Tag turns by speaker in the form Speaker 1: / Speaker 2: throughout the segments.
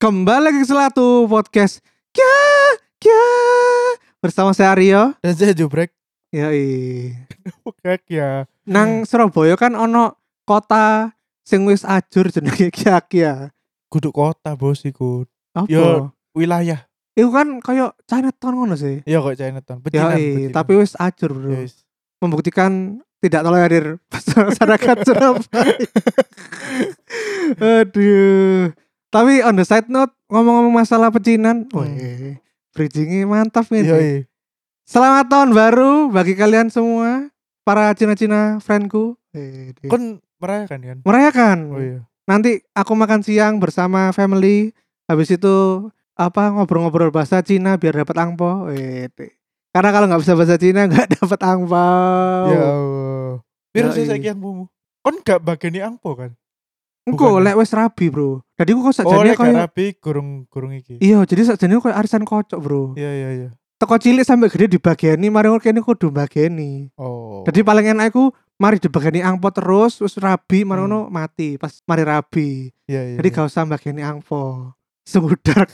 Speaker 1: Kembali lagi ke Selatu Podcast Kia Kia Bersama saya Aryo
Speaker 2: Dan saya jubrek
Speaker 1: Yoi
Speaker 2: Oke ya
Speaker 1: Nang Surabaya kan ono kota sing wis ajur jenenge Kia Kia
Speaker 2: Kudu kota bos iku
Speaker 1: Apa?
Speaker 2: Yo. Wilayah
Speaker 1: Iku kan kayak Chinatown ngono sih
Speaker 2: Iya kok Chinatown Pecinan,
Speaker 1: Yoi
Speaker 2: pecinan.
Speaker 1: Tapi wis ajur bro
Speaker 2: Yes.
Speaker 1: Membuktikan tidak tolerir masyarakat Surabaya Aduh Tapi on the side note Ngomong-ngomong masalah pecinan
Speaker 2: Hmm.
Speaker 1: Wih Bridgingnya mantap nih
Speaker 2: Yoi.
Speaker 1: Selamat tahun baru bagi kalian semua para Cina-Cina friendku. Kon-
Speaker 2: Kon merayakan kan
Speaker 1: Merayakan.
Speaker 2: Oh iya
Speaker 1: Nanti aku makan siang bersama family. Habis itu apa ngobrol-ngobrol bahasa Cina biar dapat angpo. Wede. Karena kalau nggak bisa bahasa Cina nggak dapat angpo.
Speaker 2: Ya Allah Biar
Speaker 1: Yoi.
Speaker 2: saya sekian bumu Kon gak bageni angpo kan
Speaker 1: Engko
Speaker 2: bukan.
Speaker 1: lek wis rabi, Bro. Jadi aku kok
Speaker 2: Oh
Speaker 1: sakjane
Speaker 2: lek gak
Speaker 1: koyo
Speaker 2: rapi gurung gurung iki
Speaker 1: Iya, jadi sakjane koyo arisan kocok, Bro.
Speaker 2: Iya iya iya
Speaker 1: Teko cilik sampai gede dibageni, mari ngono kene kudu bageni.
Speaker 2: Oh
Speaker 1: Jadi paling enak aku mari dibagani angpo terus terus rabi marono mati pas mari rabi.
Speaker 2: Iya iya
Speaker 1: Jadi
Speaker 2: iya.
Speaker 1: gak usah bagani angpo. Sudak.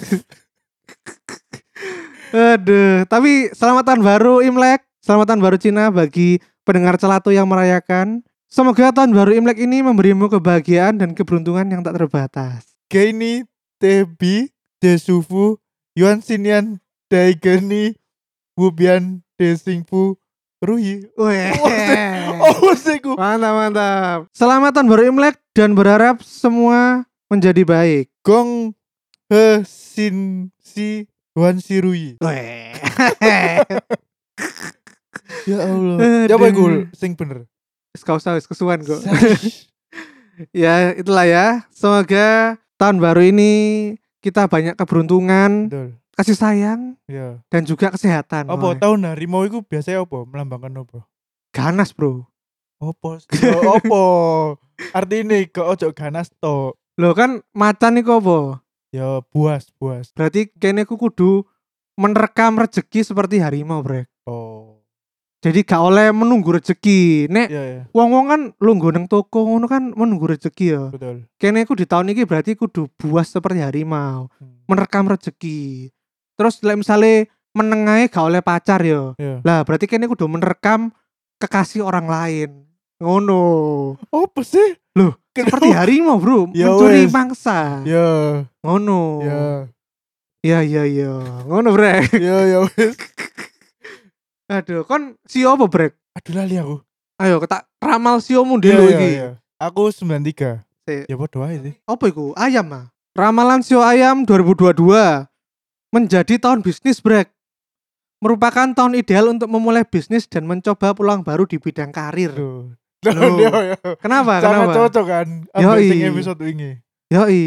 Speaker 1: Aduh, tapi selamat tahun baru Imlek, selamat tahun baru Cina bagi pendengar celatu yang merayakan. Semoga tahun baru Imlek ini memberimu kebahagiaan dan keberuntungan yang tak terbatas.
Speaker 2: Geni Tebi Desufu Yuan Sinian Daigeni Wubian Desingfu Ruhi
Speaker 1: Weh. Eh.
Speaker 2: Oh sih
Speaker 1: Mantap, mantap. Selamat tahun baru Imlek dan berharap semua menjadi baik.
Speaker 2: Gong He Sin Si Wan Si Rui. Ya Allah.
Speaker 1: Aduh.
Speaker 2: Ya apa iku sing bener?
Speaker 1: Wis Gak usah, wis kesuwan kok.
Speaker 2: Sas.
Speaker 1: ya, itulah ya. Semoga tahun baru ini kita banyak keberuntungan,
Speaker 2: Betul.
Speaker 1: kasih sayang,
Speaker 2: Ya. Nah.
Speaker 1: dan juga kesehatan.
Speaker 2: Apa
Speaker 1: Woy.
Speaker 2: tahun harimau iku biasanya apa? Melambangkan apa?
Speaker 1: Ganas, bro.
Speaker 2: Apa? Ya, Apa? Artinya kok ojo ganas to.
Speaker 1: Loh kan macan iku apa?
Speaker 2: Ya buas buas.
Speaker 1: Berarti kene aku kudu menerekam rezeki seperti harimau, brek.
Speaker 2: Oh.
Speaker 1: Jadi gak oleh menunggu rezeki. Nek
Speaker 2: Ya ya.
Speaker 1: wong-wong kan lungguh nang toko ngono kan menunggu rezeki ya.
Speaker 2: Betul.
Speaker 1: Kene aku di tahun ini berarti kudu buas seperti harimau.
Speaker 2: Hmm.
Speaker 1: merekam rezeki. Terus lek misale menengae gak oleh pacar ya.
Speaker 2: Ya.
Speaker 1: Lah berarti kene kudu merekam kekasih orang lain. Ngono.
Speaker 2: Apa sih?
Speaker 1: Loh, Seperti harimau, Bro,
Speaker 2: Ya
Speaker 1: mencuri
Speaker 2: wes.
Speaker 1: mangsa.
Speaker 2: Ya.
Speaker 1: Ngono.
Speaker 2: Ya.
Speaker 1: Ya ya ya. Ngono, Brek.
Speaker 2: Ya ya wis.
Speaker 1: Aduh, kon sio apa, Brek?
Speaker 2: Aduh lali aku.
Speaker 1: Ayo tak ramal siomu
Speaker 2: Ya,
Speaker 1: dulu
Speaker 2: ya,
Speaker 1: iki.
Speaker 2: ya. Aku 93.
Speaker 1: Sik.
Speaker 2: Ya bodoh aja sih.
Speaker 1: Apa iku? Ayam ah. Ramalan sio ayam 2022 menjadi tahun bisnis, Brek. Merupakan tahun ideal untuk memulai bisnis dan mencoba peluang baru di bidang karir.
Speaker 2: Aduh.
Speaker 1: Loh.
Speaker 2: Loh, ya.
Speaker 1: Kenapa?
Speaker 2: sangat
Speaker 1: Ah, kenapa?
Speaker 2: cocok kan ambil
Speaker 1: Yoi.
Speaker 2: sing episode ini
Speaker 1: Yoi.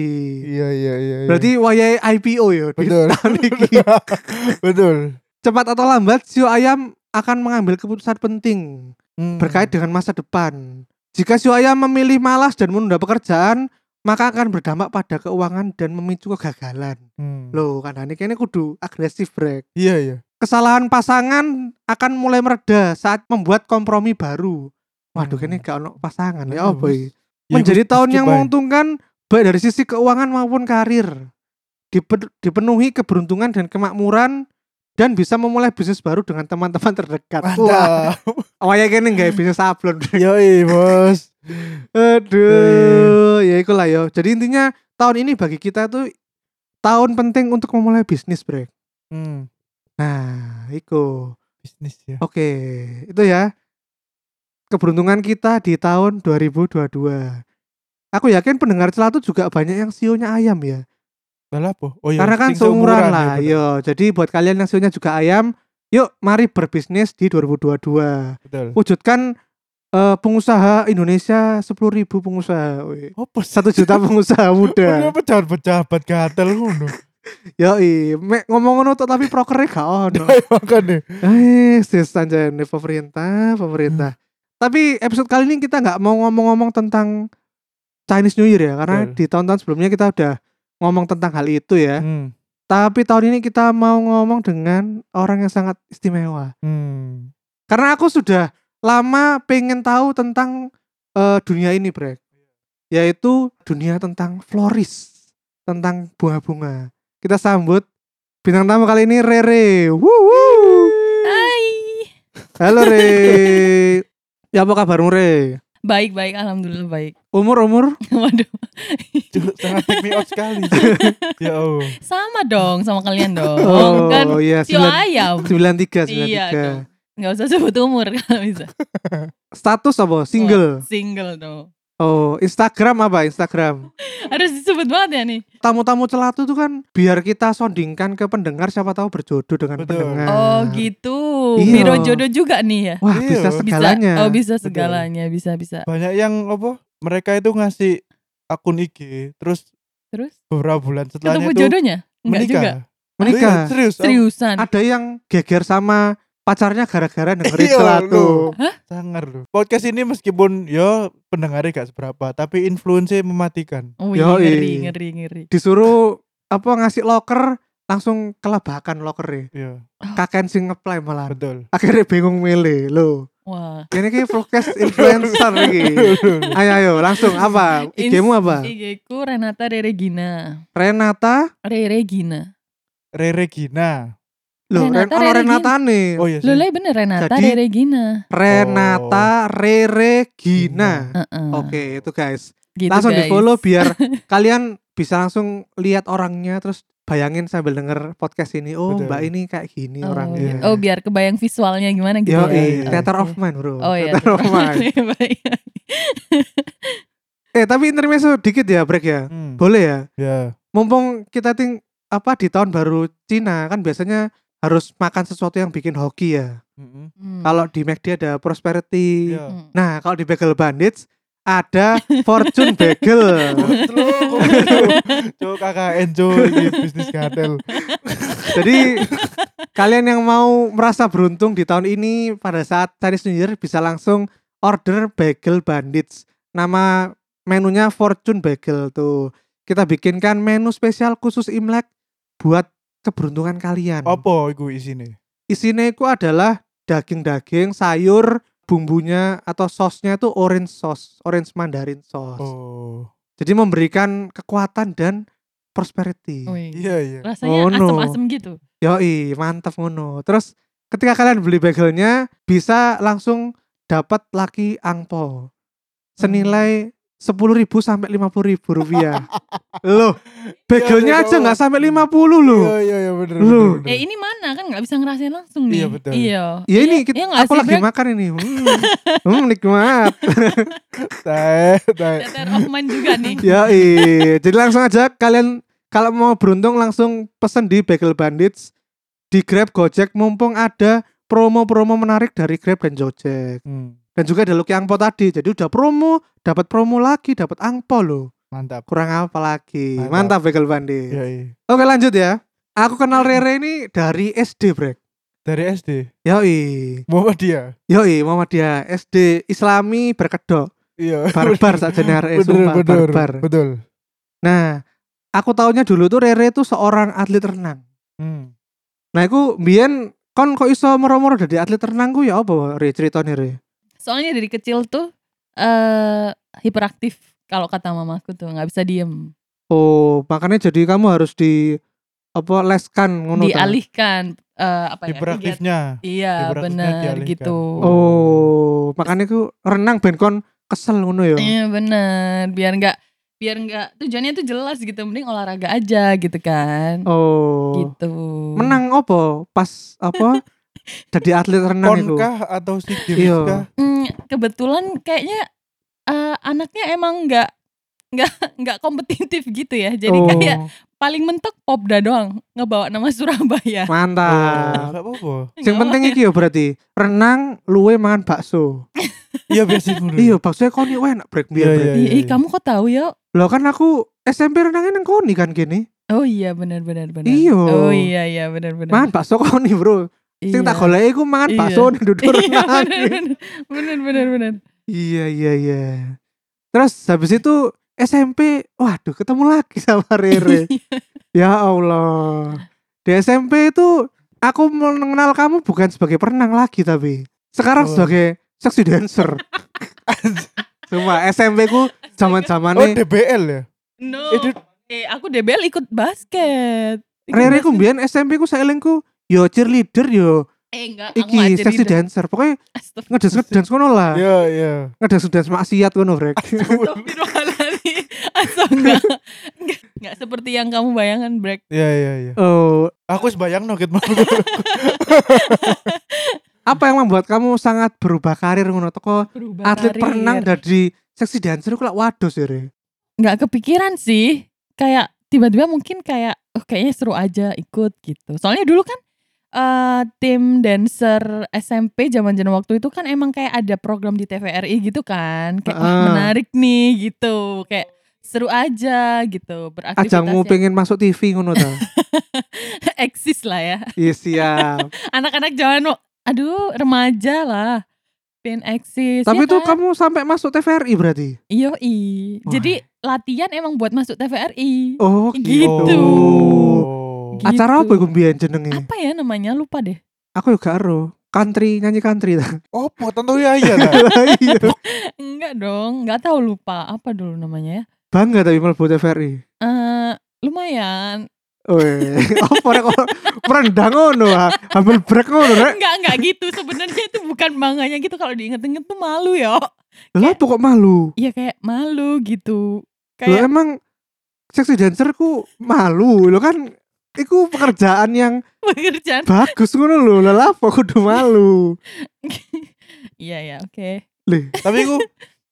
Speaker 2: iya iya iya
Speaker 1: Berarti wayahe IPO ya. di
Speaker 2: Betul.
Speaker 1: tahun iki.
Speaker 2: betul
Speaker 1: Cepat atau lambat Sio Ayam akan mengambil keputusan penting
Speaker 2: Hmm.
Speaker 1: berkait dengan masa depan. Jika Sio Ayam memilih malas dan menunda pekerjaan, maka akan berdampak pada keuangan dan memicu kegagalan.
Speaker 2: Hmm.
Speaker 1: Loh, kan ini kayaknya kudu agresif, Brek.
Speaker 2: iya iya
Speaker 1: Kesalahan pasangan akan mulai mereda saat membuat kompromi baru. Waduh,
Speaker 2: Hmm.
Speaker 1: kayaknya gak ono pasangan
Speaker 2: Aduh,
Speaker 1: ya apa iki?
Speaker 2: Ya,
Speaker 1: menjadi
Speaker 2: gua-
Speaker 1: tahun
Speaker 2: gua
Speaker 1: yang
Speaker 2: cobain.
Speaker 1: menguntungkan baik dari sisi keuangan maupun karir Dipe- dipenuhi keberuntungan dan kemakmuran dan bisa memulai bisnis baru dengan teman-teman terdekat.
Speaker 2: mantap Iya,
Speaker 1: awalnya kene nggak ya bisnis sablon.
Speaker 2: yoi bos iya.
Speaker 1: Aduh, ya ikulah yo. Jadi intinya tahun ini bagi kita tuh tahun penting untuk memulai bisnis, Brek.
Speaker 2: hmm.
Speaker 1: Nah, iku.
Speaker 2: bisnis ya
Speaker 1: Oke, itu ya. Keberuntungan kita di tahun 2022. Aku yakin pendengar celatu juga banyak yang sionya ayam ya.
Speaker 2: Lah apa oh iya
Speaker 1: Karena kan
Speaker 2: sing
Speaker 1: seumuran
Speaker 2: ya,
Speaker 1: lah.
Speaker 2: bener.
Speaker 1: Yo, jadi buat kalian yang sionya juga ayam, yuk mari berbisnis di 2022.
Speaker 2: betul
Speaker 1: Wujudkan eh, pengusaha Indonesia 10.000 pengusaha. Wih.
Speaker 2: apa
Speaker 1: Satu juta pengusaha muda.
Speaker 2: pejabat pejabat gatel ngono
Speaker 1: Yoi, mek ngomong ngono tok tapi prokernya gak ono.
Speaker 2: Ayo, makane
Speaker 1: Eh, sis anjane pemerintah, pemerintah.
Speaker 2: Hmm.
Speaker 1: Tapi episode kali ini kita nggak mau ngomong-ngomong tentang Chinese New Year ya, karena
Speaker 2: Betul.
Speaker 1: di tahun-tahun sebelumnya kita udah ngomong tentang hal itu ya.
Speaker 2: hmm.
Speaker 1: Tapi tahun ini kita mau ngomong dengan orang yang sangat istimewa.
Speaker 2: hmm.
Speaker 1: Karena aku sudah lama pengen tahu tentang eh, dunia ini, Brek. Yaitu dunia tentang floris, tentang bunga-bunga. Kita sambut bintang tamu kali ini Rere. Wuh, wuh.
Speaker 3: Hai.
Speaker 1: Halo Re. ya apa kabarmu Re?
Speaker 3: Baik baik alhamdulillah baik.
Speaker 1: Umur umur?
Speaker 3: Waduh.
Speaker 2: Cuk, sangat take me out sekali. ya Allah.
Speaker 3: Sama dong sama kalian dong. kan
Speaker 1: iya
Speaker 3: Tio
Speaker 1: sembilan
Speaker 3: ayam.
Speaker 1: sembilan tiga
Speaker 3: Iya dong. Nggak usah sebut umur kalau bisa.
Speaker 1: Status apa? Single.
Speaker 3: Single dong.
Speaker 1: Oh Instagram apa Instagram?
Speaker 3: Harus disebut banget ya nih.
Speaker 1: tamu-tamu celatu tuh kan biar kita sondingkan ke pendengar siapa tahu berjodoh dengan
Speaker 2: Betul.
Speaker 1: pendengar.
Speaker 3: Oh gitu.
Speaker 1: Iya.
Speaker 3: Biro jodoh juga nih ya.
Speaker 1: Wah,
Speaker 2: Iya.
Speaker 1: bisa
Speaker 2: Bisa.
Speaker 1: segalanya.
Speaker 3: Bisa. Oh bisa segalanya bisa bisa.
Speaker 2: Banyak yang apa? Mereka itu ngasih akun IG, terus
Speaker 3: Terus
Speaker 2: beberapa bulan setelahnya
Speaker 3: ketemu
Speaker 2: itu
Speaker 3: jodohnya? Enggak
Speaker 2: menikah.
Speaker 3: juga.
Speaker 1: Menikah.
Speaker 2: Iya, serius.
Speaker 3: Seriusan.
Speaker 1: Ada yang geger sama pacarnya gara-gara dengerin
Speaker 2: Iya,
Speaker 1: celatu.
Speaker 2: lu.
Speaker 3: Hah?
Speaker 2: Sangar lu. Podcast ini meskipun yo pendengarnya gak seberapa, tapi influence mematikan.
Speaker 3: Oh
Speaker 1: Yoi.
Speaker 3: ngeri ngeri ngeri.
Speaker 1: Disuruh apa ngasih loker langsung kelabakan lokernya.
Speaker 2: Iya,
Speaker 3: Oh.
Speaker 1: Kakek sing ngeplay malah.
Speaker 2: betul.
Speaker 1: Akhirnya bingung milih lo.
Speaker 3: Wah.
Speaker 1: Ini kayak podcast influencer iki.
Speaker 2: Iya.
Speaker 1: Ayo ayo langsung apa?
Speaker 3: Ins-
Speaker 1: IG-mu apa?
Speaker 3: IG ku Renata Reregina.
Speaker 1: Renata?
Speaker 3: Reregina.
Speaker 2: Rere Gina.
Speaker 1: Loh, Ren
Speaker 3: Renata,
Speaker 1: ono
Speaker 3: Rere
Speaker 1: Renata nih.
Speaker 2: Oh iya
Speaker 3: Loh
Speaker 2: sih.
Speaker 3: lah bener Renata
Speaker 1: Jadi-
Speaker 3: Reregina.
Speaker 1: Renata
Speaker 2: Oh.
Speaker 1: Rere Gina.
Speaker 3: Heeh.
Speaker 1: Oke, itu guys.
Speaker 3: Ah, Gitu,
Speaker 1: Oh, langsung
Speaker 3: Nah. guys.
Speaker 1: di follow biar kalian bisa langsung lihat orangnya terus bayangin sambil denger podcast ini. Oh,
Speaker 2: Betul.
Speaker 1: Mbak ini kayak gini
Speaker 3: Oh,
Speaker 1: orangnya.
Speaker 3: gitu. Oh, biar kebayang visualnya gimana gitu
Speaker 1: Iya, Yo,
Speaker 3: ya.
Speaker 1: eh,
Speaker 2: Iya,
Speaker 1: theater
Speaker 3: Oke.
Speaker 1: of mind, Bro.
Speaker 3: Oh iya.
Speaker 1: Theater of mind.
Speaker 3: Baik.
Speaker 1: eh, tapi intermezzo dikit ya break ya.
Speaker 2: Hmm,
Speaker 1: Boleh ya?
Speaker 2: Ya,
Speaker 1: Mumpung kita ting apa di tahun baru Cina kan biasanya harus makan sesuatu yang bikin hoki ya.
Speaker 2: Mm-mm.
Speaker 3: Hmm.
Speaker 1: Kalau di McD ada prosperity.
Speaker 2: Ya.
Speaker 3: Hmm.
Speaker 1: Nah, kalau di Bagel Bandits ada Fortune Bagel.
Speaker 2: Cuk KKN cuk Ini bisnis kartel.
Speaker 1: Jadi kalian yang mau merasa beruntung di tahun ini pada saat Chinese New Year bisa langsung order bagel bandits. Nama menunya Fortune Bagel tuh. Kita bikinkan menu spesial khusus Imlek buat keberuntungan kalian.
Speaker 2: Apa iku isine?
Speaker 1: Isinya itu adalah daging-daging, sayur, bumbunya atau sausnya itu orange sauce, orange mandarin sauce.
Speaker 2: Oh.
Speaker 1: Jadi memberikan kekuatan dan prosperity.
Speaker 3: Wih.
Speaker 2: Iya iya.
Speaker 3: Oh, Rasanya
Speaker 1: Nah, Oh, no.
Speaker 3: asem-asem gitu.
Speaker 1: Yoi, mantap ngono. Terus ketika kalian beli bagelnya bisa langsung dapat laki angpo senilai sepuluh ribu sampai lima puluh ribu rupiah. loh, bagelnya
Speaker 2: Iya,
Speaker 1: aja
Speaker 2: iya,
Speaker 1: nggak
Speaker 2: iya.
Speaker 1: sampai lima puluh loh.
Speaker 2: Iya iya iya bener.
Speaker 1: Lu.
Speaker 2: bener, bener.
Speaker 3: Eh ini mana kan nggak bisa ngerasain langsung nih.
Speaker 2: Iya, betul.
Speaker 3: Iya.
Speaker 1: Ya ini kita,
Speaker 3: iya nggak
Speaker 1: aku
Speaker 3: sih,
Speaker 1: lagi
Speaker 3: Brek?
Speaker 1: makan ini. Hmm, hmm nikmat.
Speaker 2: Tae, tae.
Speaker 3: Theater of mind juga nih.
Speaker 1: Yoi. Jadi langsung aja kalian kalau mau beruntung langsung pesen di Bagel Bandits di Grab Gojek mumpung ada promo-promo menarik dari Grab dan Gojek.
Speaker 2: Hmm,
Speaker 1: dan juga ada Lucky Angpo tadi jadi udah promo dapat promo lagi dapat angpo loh
Speaker 2: Mantap.
Speaker 1: kurang apa lagi mantap,
Speaker 2: Mantap.
Speaker 1: Bagel Bandi
Speaker 2: Iya iya.
Speaker 1: oke lanjut ya aku kenal Rere ini dari SD brek
Speaker 2: Dari SD.
Speaker 1: yoi
Speaker 2: Muhammadiyah.
Speaker 1: yoi Muhammadiyah SD Islami berkedok
Speaker 2: Iya.
Speaker 1: barbar saja Rere sumpah
Speaker 2: bener,
Speaker 1: barbar
Speaker 2: Betul.
Speaker 1: nah aku taunya dulu tuh Rere tuh seorang atlet renang
Speaker 2: Hmm.
Speaker 1: nah aku Bian kon kok iso moro-moro dari atlet renang ku ya apa Re ceritanya Re
Speaker 3: Soalnya dari kecil tuh eh hiperaktif kalau kata mamaku tuh nggak bisa diem
Speaker 1: oh makanya jadi kamu harus di apa leskan ngono ta?
Speaker 3: dialihkan eh, apa ya kegiatan-
Speaker 2: Hiperaktifnya.
Speaker 3: iya
Speaker 2: Hiperaktifnya
Speaker 3: bener
Speaker 2: dialihkan.
Speaker 3: gitu
Speaker 1: Oh, makanya ku renang ben kon kesel ngono ya.
Speaker 3: Iya bener biar nggak biar nggak tujuannya tuh jelas gitu mending olahraga aja gitu kan
Speaker 1: Oh.
Speaker 3: gitu
Speaker 1: Menang opo pas apa? Jadi atlet renang
Speaker 2: Pon
Speaker 1: itu.
Speaker 2: kah atau si games
Speaker 1: Iya.
Speaker 2: kah?
Speaker 3: Hmm, kebetulan kayaknya eh, anaknya emang nggak nggak nggak kompetitif gitu ya jadi
Speaker 1: oh,
Speaker 3: kayak paling mentok popda doang ngebawa nama
Speaker 1: ah.
Speaker 3: Surabaya
Speaker 2: Oh,
Speaker 1: Mantap.
Speaker 2: gak apa-apa.
Speaker 1: Yang penting iki ya berarti renang luwe mangan bakso.
Speaker 2: Iya biasa
Speaker 3: Hmm.
Speaker 2: dulu.
Speaker 1: Iya, bakso e koni wae enak break biar.
Speaker 2: Iya,
Speaker 1: break.
Speaker 3: Ih, ih,
Speaker 2: iya.
Speaker 3: kamu kok tahu ya
Speaker 1: Loh kan aku SMP renangnya nang koni kan gini.
Speaker 3: oh iya benar benar benar
Speaker 1: Iya.
Speaker 3: oh iya iya benar benar
Speaker 1: Mangan bakso koni, Bro. Sing tak goleki iku mangan
Speaker 3: Iya.
Speaker 1: bakso nih duduk
Speaker 3: Iya
Speaker 1: renang.
Speaker 3: benar benar benar.
Speaker 1: Iya iya iya. Terus habis itu SMP, waduh ketemu lagi sama Rere.
Speaker 2: Iya.
Speaker 1: ya Allah. Di SMP itu aku mengenal kamu bukan sebagai perenang lagi tapi sekarang
Speaker 2: Oh.
Speaker 1: sebagai seksi dancer. Cuma SMP ku zaman
Speaker 2: Oh
Speaker 1: zamannya
Speaker 2: DBL ya?
Speaker 3: No.
Speaker 2: Itu
Speaker 3: eh aku debel ikut basket. Ikut
Speaker 1: Rere ku
Speaker 3: basket.
Speaker 1: mbiyen SMP ku saeling ku yo cheerleader yo
Speaker 3: Eh enggak, aku
Speaker 1: iki sexy dancer. Pokoknya ngedance ngedance kono lah.
Speaker 2: Iya, iya.
Speaker 1: Ngedance ngedance maksiat kono brek.
Speaker 3: Astagfirullahaladzim. Atau enggak, enggak, enggak seperti yang kamu bayangkan, Brek.
Speaker 2: Iya, iya, iya.
Speaker 1: Oh,
Speaker 2: Aku sebayang no gitu.
Speaker 1: apa yang membuat kamu sangat berubah karir ngono teko
Speaker 3: Berubah
Speaker 1: atlet
Speaker 3: karir.
Speaker 1: perenang dari seksi dancer ku lak waduh sih Re.
Speaker 3: Enggak kepikiran sih. Kayak tiba-tiba mungkin kayak, oh kayaknya seru aja ikut gitu. Soalnya dulu kan eh tim dancer SMP zaman zaman waktu itu kan emang kayak ada program di TVRI gitu kan. Kayak wah,
Speaker 1: Ah.
Speaker 3: menarik nih gitu. Kayak seru aja gitu beraktivitas
Speaker 1: Ajangmu
Speaker 3: yang
Speaker 1: pengen masuk TV ngono ta.
Speaker 3: eksis lah ya
Speaker 1: Iya siap.
Speaker 3: anak-anak zaman wa- aduh remaja lah pin eksis
Speaker 1: Tapi
Speaker 3: ya
Speaker 1: itu
Speaker 3: kan?
Speaker 1: kamu sampai masuk TVRI berarti.
Speaker 3: Iya,
Speaker 1: Wah.
Speaker 3: Jadi latihan emang buat masuk TVRI.
Speaker 1: Oh,
Speaker 3: Gitu.
Speaker 2: Oh.
Speaker 3: Gitu.
Speaker 1: Acara apa iku mbiyen jenenge?
Speaker 3: Apa ya namanya? Lupa deh.
Speaker 1: Aku juga ero. Country nyanyi country ta.
Speaker 2: Opo tentu ya iya ta.
Speaker 1: Iya.
Speaker 3: Enggak dong, enggak tahu lupa apa dulu namanya ya.
Speaker 1: Bangga tapi mlebu TVRI.
Speaker 3: Eh, lumayan.
Speaker 1: Weh, apa rek kok merendang ngono ah. Ambil break ngono rek.
Speaker 3: Enggak, enggak gitu. Sebenarnya itu bukan bangganya gitu kalau diinget-inget tuh malu ya.
Speaker 1: Lah apa kok malu?
Speaker 3: Iya kayak malu gitu.
Speaker 1: Lo
Speaker 3: Kayak
Speaker 1: emang seksi dancer ku malu. Lo kan iku pekerjaan yang
Speaker 3: pekerjaan.
Speaker 1: bagus ngono lho. Lah lah apa kudu malu?
Speaker 3: Iya ya, oke.
Speaker 1: Lih,
Speaker 2: Tapi aku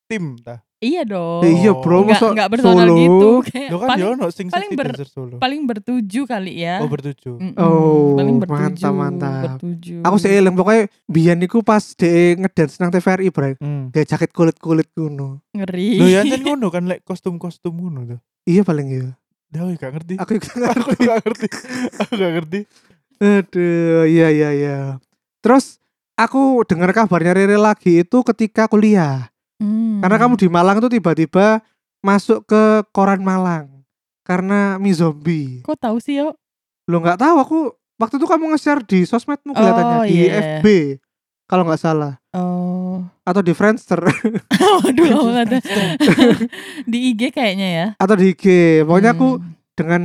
Speaker 2: tim ta.
Speaker 3: Iya dong.
Speaker 1: eh, iya bro,
Speaker 3: Enggak,
Speaker 1: mosok
Speaker 3: enggak personal
Speaker 1: solo.
Speaker 3: gitu. Kayak
Speaker 2: Lo kan
Speaker 3: paling,
Speaker 2: yo no sing
Speaker 3: paling
Speaker 2: sexy
Speaker 3: ber-
Speaker 2: dancer solo.
Speaker 3: paling bertuju kali ya.
Speaker 2: Oh bertujuh.
Speaker 3: Mm-mm,
Speaker 1: Oh,
Speaker 3: paling bertujuh,
Speaker 1: mantap, mantap.
Speaker 3: bertujuh.
Speaker 1: Aku sih eling pokoknya biyen niku pas dhek ngedance nang TVRI brek.
Speaker 2: Hmm.
Speaker 1: Dia jaket kulit-kulit ngono.
Speaker 3: ngeri.
Speaker 2: Lo ya kan ngono kan lek kostum-kostum ngono ta.
Speaker 1: Iya paling ya.
Speaker 2: Dah gak ngerti.
Speaker 1: Aku juga nggak
Speaker 2: Aku gak ngerti. Aku gak ngerti.
Speaker 1: Aduh, iya iya iya. Terus aku dengar kabarnya Rere lagi itu ketika kuliah.
Speaker 3: Hmm.
Speaker 1: Karena kamu di Malang tuh tiba-tiba masuk ke koran Malang karena mie zombie.
Speaker 3: kok tahu sih yo?
Speaker 1: Lo nggak tahu aku waktu itu kamu nge-share di sosmedmu kelihatannya
Speaker 3: Oh,
Speaker 1: di
Speaker 3: iya.
Speaker 1: FB kalau nggak salah
Speaker 3: Oh,
Speaker 1: atau di Friendster
Speaker 3: waduh lama nggak ada. di IG kayaknya ya.
Speaker 1: atau di IG. Pokoknya aku
Speaker 3: Hmm.
Speaker 1: dengan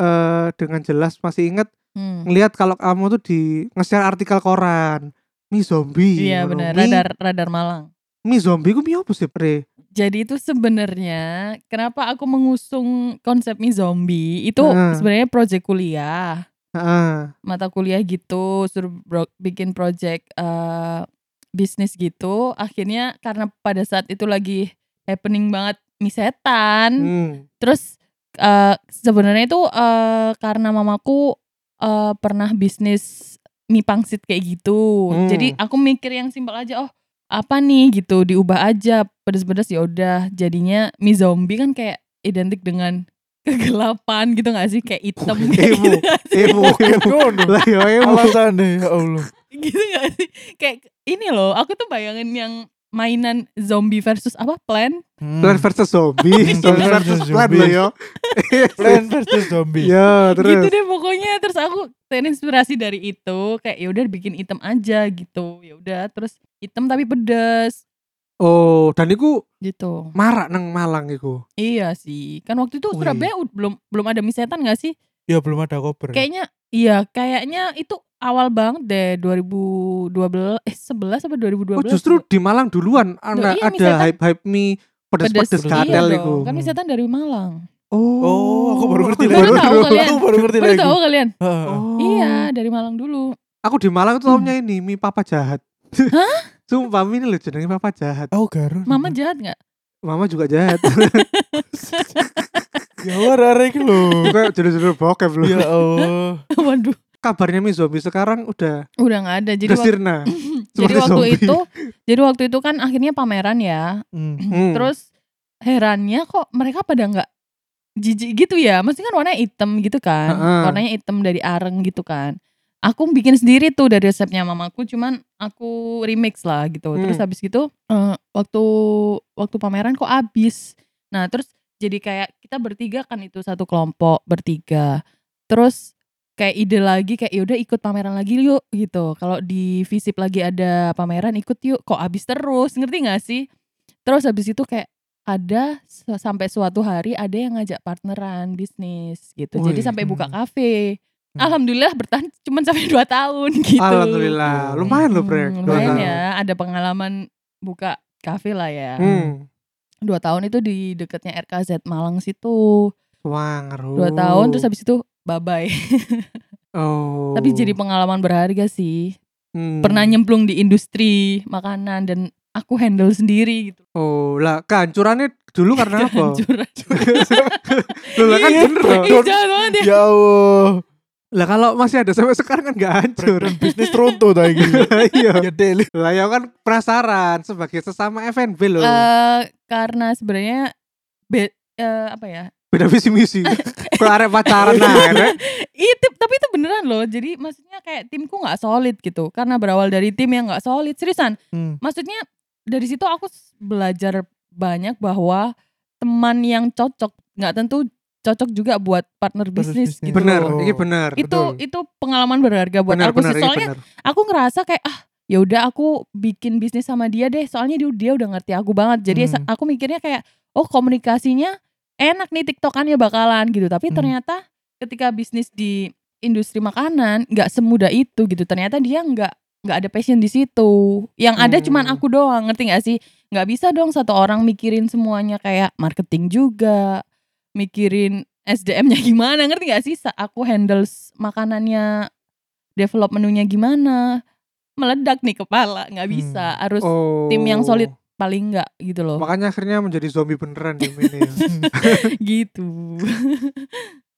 Speaker 1: eh, dengan jelas masih ingat
Speaker 3: Hmm.
Speaker 1: ngelihat kalau kamu tuh di nge-share artikel koran mie zombie.
Speaker 3: Iya
Speaker 1: ngono.
Speaker 3: benar
Speaker 1: Mie-
Speaker 3: radar radar Malang.
Speaker 1: mie zombie ku mie apa sih pre?
Speaker 3: Jadi itu sebenarnya kenapa aku mengusung konsep mie zombie itu
Speaker 1: Heeh.
Speaker 3: sebenarnya proyek kuliah
Speaker 1: Heeh.
Speaker 3: mata kuliah gitu suruh bro- bikin project eh, bisnis gitu akhirnya karena pada saat itu lagi happening banget mie setan
Speaker 1: Hmm.
Speaker 3: Terus eh, sebenarnya itu eh, karena mamaku eh, pernah bisnis mie pangsit kayak gitu.
Speaker 1: Hmm.
Speaker 3: Jadi aku mikir yang simpel aja. Oh apa nih gitu diubah aja pedes-pedes ya udah jadinya mie zombie kan kayak identik dengan kegelapan gitu gak sih kayak hitam
Speaker 1: Wih,
Speaker 3: kayak
Speaker 1: emo.
Speaker 3: gitu gak sih?
Speaker 1: Emo, emo.
Speaker 2: Ngono.
Speaker 1: Lah ya emo.
Speaker 2: Alasannya ya Allah.
Speaker 3: gitu gak sih kayak ini loh aku tuh bayangin yang mainan zombie versus apa plan
Speaker 2: Hmm.
Speaker 1: Plan versus zombie,
Speaker 2: Hmm,
Speaker 1: zombie
Speaker 2: plan
Speaker 1: versus
Speaker 2: versus
Speaker 1: plan
Speaker 2: zombie.
Speaker 1: lo yo.
Speaker 2: Plan versus zombie.
Speaker 1: Ya
Speaker 3: gitu
Speaker 1: terus.
Speaker 3: deh pokoknya terus aku terinspirasi dari itu kayak ya udah bikin item aja gitu ya udah terus item tapi pedes
Speaker 1: Oh, dan iku
Speaker 3: gitu
Speaker 1: marak nang Malang iku. Oh,
Speaker 3: iya sih kan waktu itu
Speaker 1: Wih.
Speaker 3: Surabaya ud- belum belum ada mie setan gak sih
Speaker 2: Ya belum ada
Speaker 1: Hmm.
Speaker 2: koper.
Speaker 3: kayaknya iya kayaknya itu awal banget deh 2012 eh 11 apa 2012
Speaker 1: Oh, justru di Malang duluan
Speaker 3: ya? Loh,
Speaker 1: ada
Speaker 3: iya, mie
Speaker 1: ada
Speaker 3: setan.
Speaker 1: hype-hype mie pedes-pedes
Speaker 2: iya
Speaker 1: gatel
Speaker 3: dong.
Speaker 1: iku.
Speaker 3: kan mie setan dari Malang
Speaker 2: Oh, aku baru ngerti
Speaker 1: aku
Speaker 2: lagi.
Speaker 3: Baru tahu kalian.
Speaker 2: Aku baru ngerti
Speaker 3: baru
Speaker 2: lagi. Ah,
Speaker 3: tahu kalian
Speaker 2: Heeh.
Speaker 1: Iya Oh.
Speaker 3: iya dari Malang dulu
Speaker 1: Aku di Malang tuh taunya ini mie papa jahat.
Speaker 3: Hah?
Speaker 1: Sumpah mie ini loh jenenge papa jahat.
Speaker 2: Oh, garun.
Speaker 3: mama
Speaker 1: Hmm.
Speaker 3: jahat nggak
Speaker 1: Mama juga jahat.
Speaker 2: Ya ora arek lho.
Speaker 1: Kayak jodoh-jodoh bokep
Speaker 2: Ya
Speaker 1: loh.
Speaker 2: Allah.
Speaker 3: waduh
Speaker 1: Iya. Kabarnya mie zombie sekarang udah
Speaker 3: udah nggak ada jadi
Speaker 1: udah
Speaker 3: waktu-
Speaker 1: sirna.
Speaker 3: jadi
Speaker 1: Seperti
Speaker 3: waktu
Speaker 1: zombie.
Speaker 3: itu jadi waktu itu kan akhirnya pameran ya
Speaker 2: Hmm.
Speaker 1: Hmm.
Speaker 3: terus herannya kok mereka pada nggak jijik gitu ya maksudnya kan warnanya hitam gitu kan
Speaker 1: Heeh.
Speaker 3: warnanya hitam dari areng gitu kan aku bikin sendiri tuh dari resepnya mamaku cuman aku remix lah gitu
Speaker 1: Hmm.
Speaker 3: terus habis gitu eh, waktu waktu pameran kok habis nah terus jadi kayak kita bertiga kan itu satu kelompok bertiga terus kayak ide lagi kayak yaudah ikut pameran lagi yuk gitu kalau di visip lagi ada pameran ikut yuk kok habis terus ngerti gak sih terus habis itu kayak ada se- sampai suatu hari ada yang ngajak partneran bisnis gitu. Jadi
Speaker 1: Wih,
Speaker 3: sampai buka
Speaker 2: hmm.
Speaker 3: kafe.
Speaker 2: Hmm.
Speaker 3: Alhamdulillah bertahan cuman sampai 2 tahun gitu.
Speaker 1: Alhamdulillah, lumayan loh Brek.
Speaker 3: Hmm,
Speaker 1: Dua
Speaker 3: lumayan
Speaker 1: tahun.
Speaker 3: ya, ada pengalaman buka kafe lah ya.
Speaker 1: Hmm,
Speaker 3: Dua tahun itu di dekatnya RKZ Malang situ.
Speaker 1: wah ngeru.
Speaker 3: Dua tahun terus habis itu bye bye.
Speaker 1: Oh.
Speaker 3: Tapi jadi pengalaman berharga sih.
Speaker 1: Hmm.
Speaker 3: Pernah nyemplung di industri makanan dan aku handle sendiri gitu.
Speaker 1: Oh, lah kehancurannya dulu karena apa?
Speaker 3: Kehancuran.
Speaker 1: Loh, lah kan
Speaker 3: Iya,
Speaker 1: bener dong.
Speaker 3: Ih, jahat banget ya.
Speaker 2: Ya Allah.
Speaker 1: Lah kalau masih ada sampai sekarang kan nggak hancur.
Speaker 2: Breakdown bisnis runtuh tadi.
Speaker 1: Iya.
Speaker 2: Ya deli.
Speaker 1: Lah ya kan penasaran sebagai sesama FNB loh.
Speaker 3: Eh, karena sebenarnya be- eh, apa ya?
Speaker 1: Beda visi misi. Kalau arek pacaran
Speaker 3: Iya.
Speaker 1: nah. enak.
Speaker 3: Itu tapi itu beneran loh. Jadi maksudnya kayak timku nggak solid gitu. Karena berawal dari tim yang nggak solid. Seriusan.
Speaker 2: Hmm.
Speaker 3: Maksudnya dari situ aku s- belajar banyak bahwa teman yang cocok nggak tentu cocok juga buat partner bisnis
Speaker 2: bisnis.
Speaker 3: gitu.
Speaker 1: Bener,
Speaker 3: loh.
Speaker 1: ini bener.
Speaker 3: Itu
Speaker 2: betul.
Speaker 3: itu pengalaman berharga buat
Speaker 1: bener
Speaker 3: aku
Speaker 1: bener
Speaker 3: sih.
Speaker 1: ini
Speaker 3: Soalnya
Speaker 1: bener.
Speaker 3: aku ngerasa kayak ah ya udah aku bikin bisnis sama dia deh soalnya dia, dia udah ngerti aku banget jadi sa-
Speaker 2: Hmm.
Speaker 3: aku mikirnya kayak oh komunikasinya enak nih tiktokannya bakalan gitu tapi
Speaker 2: Hmm.
Speaker 3: ternyata ketika bisnis di industri makanan nggak semudah itu gitu ternyata dia nggak nggak ada passion di situ yang ada
Speaker 1: Hmm.
Speaker 3: cuman aku doang ngerti nggak sih nggak bisa dong satu orang mikirin semuanya kayak marketing juga mikirin SDM-nya gimana ngerti nggak sih Sa- aku handle s- makanannya develop menunya gimana meledak nih kepala nggak bisa harus
Speaker 1: Hmm. Oh.
Speaker 3: tim yang solid. paling nggak gitu loh
Speaker 1: Makanya akhirnya menjadi zombie beneran di ini. ya.
Speaker 2: Hmm.
Speaker 3: gitu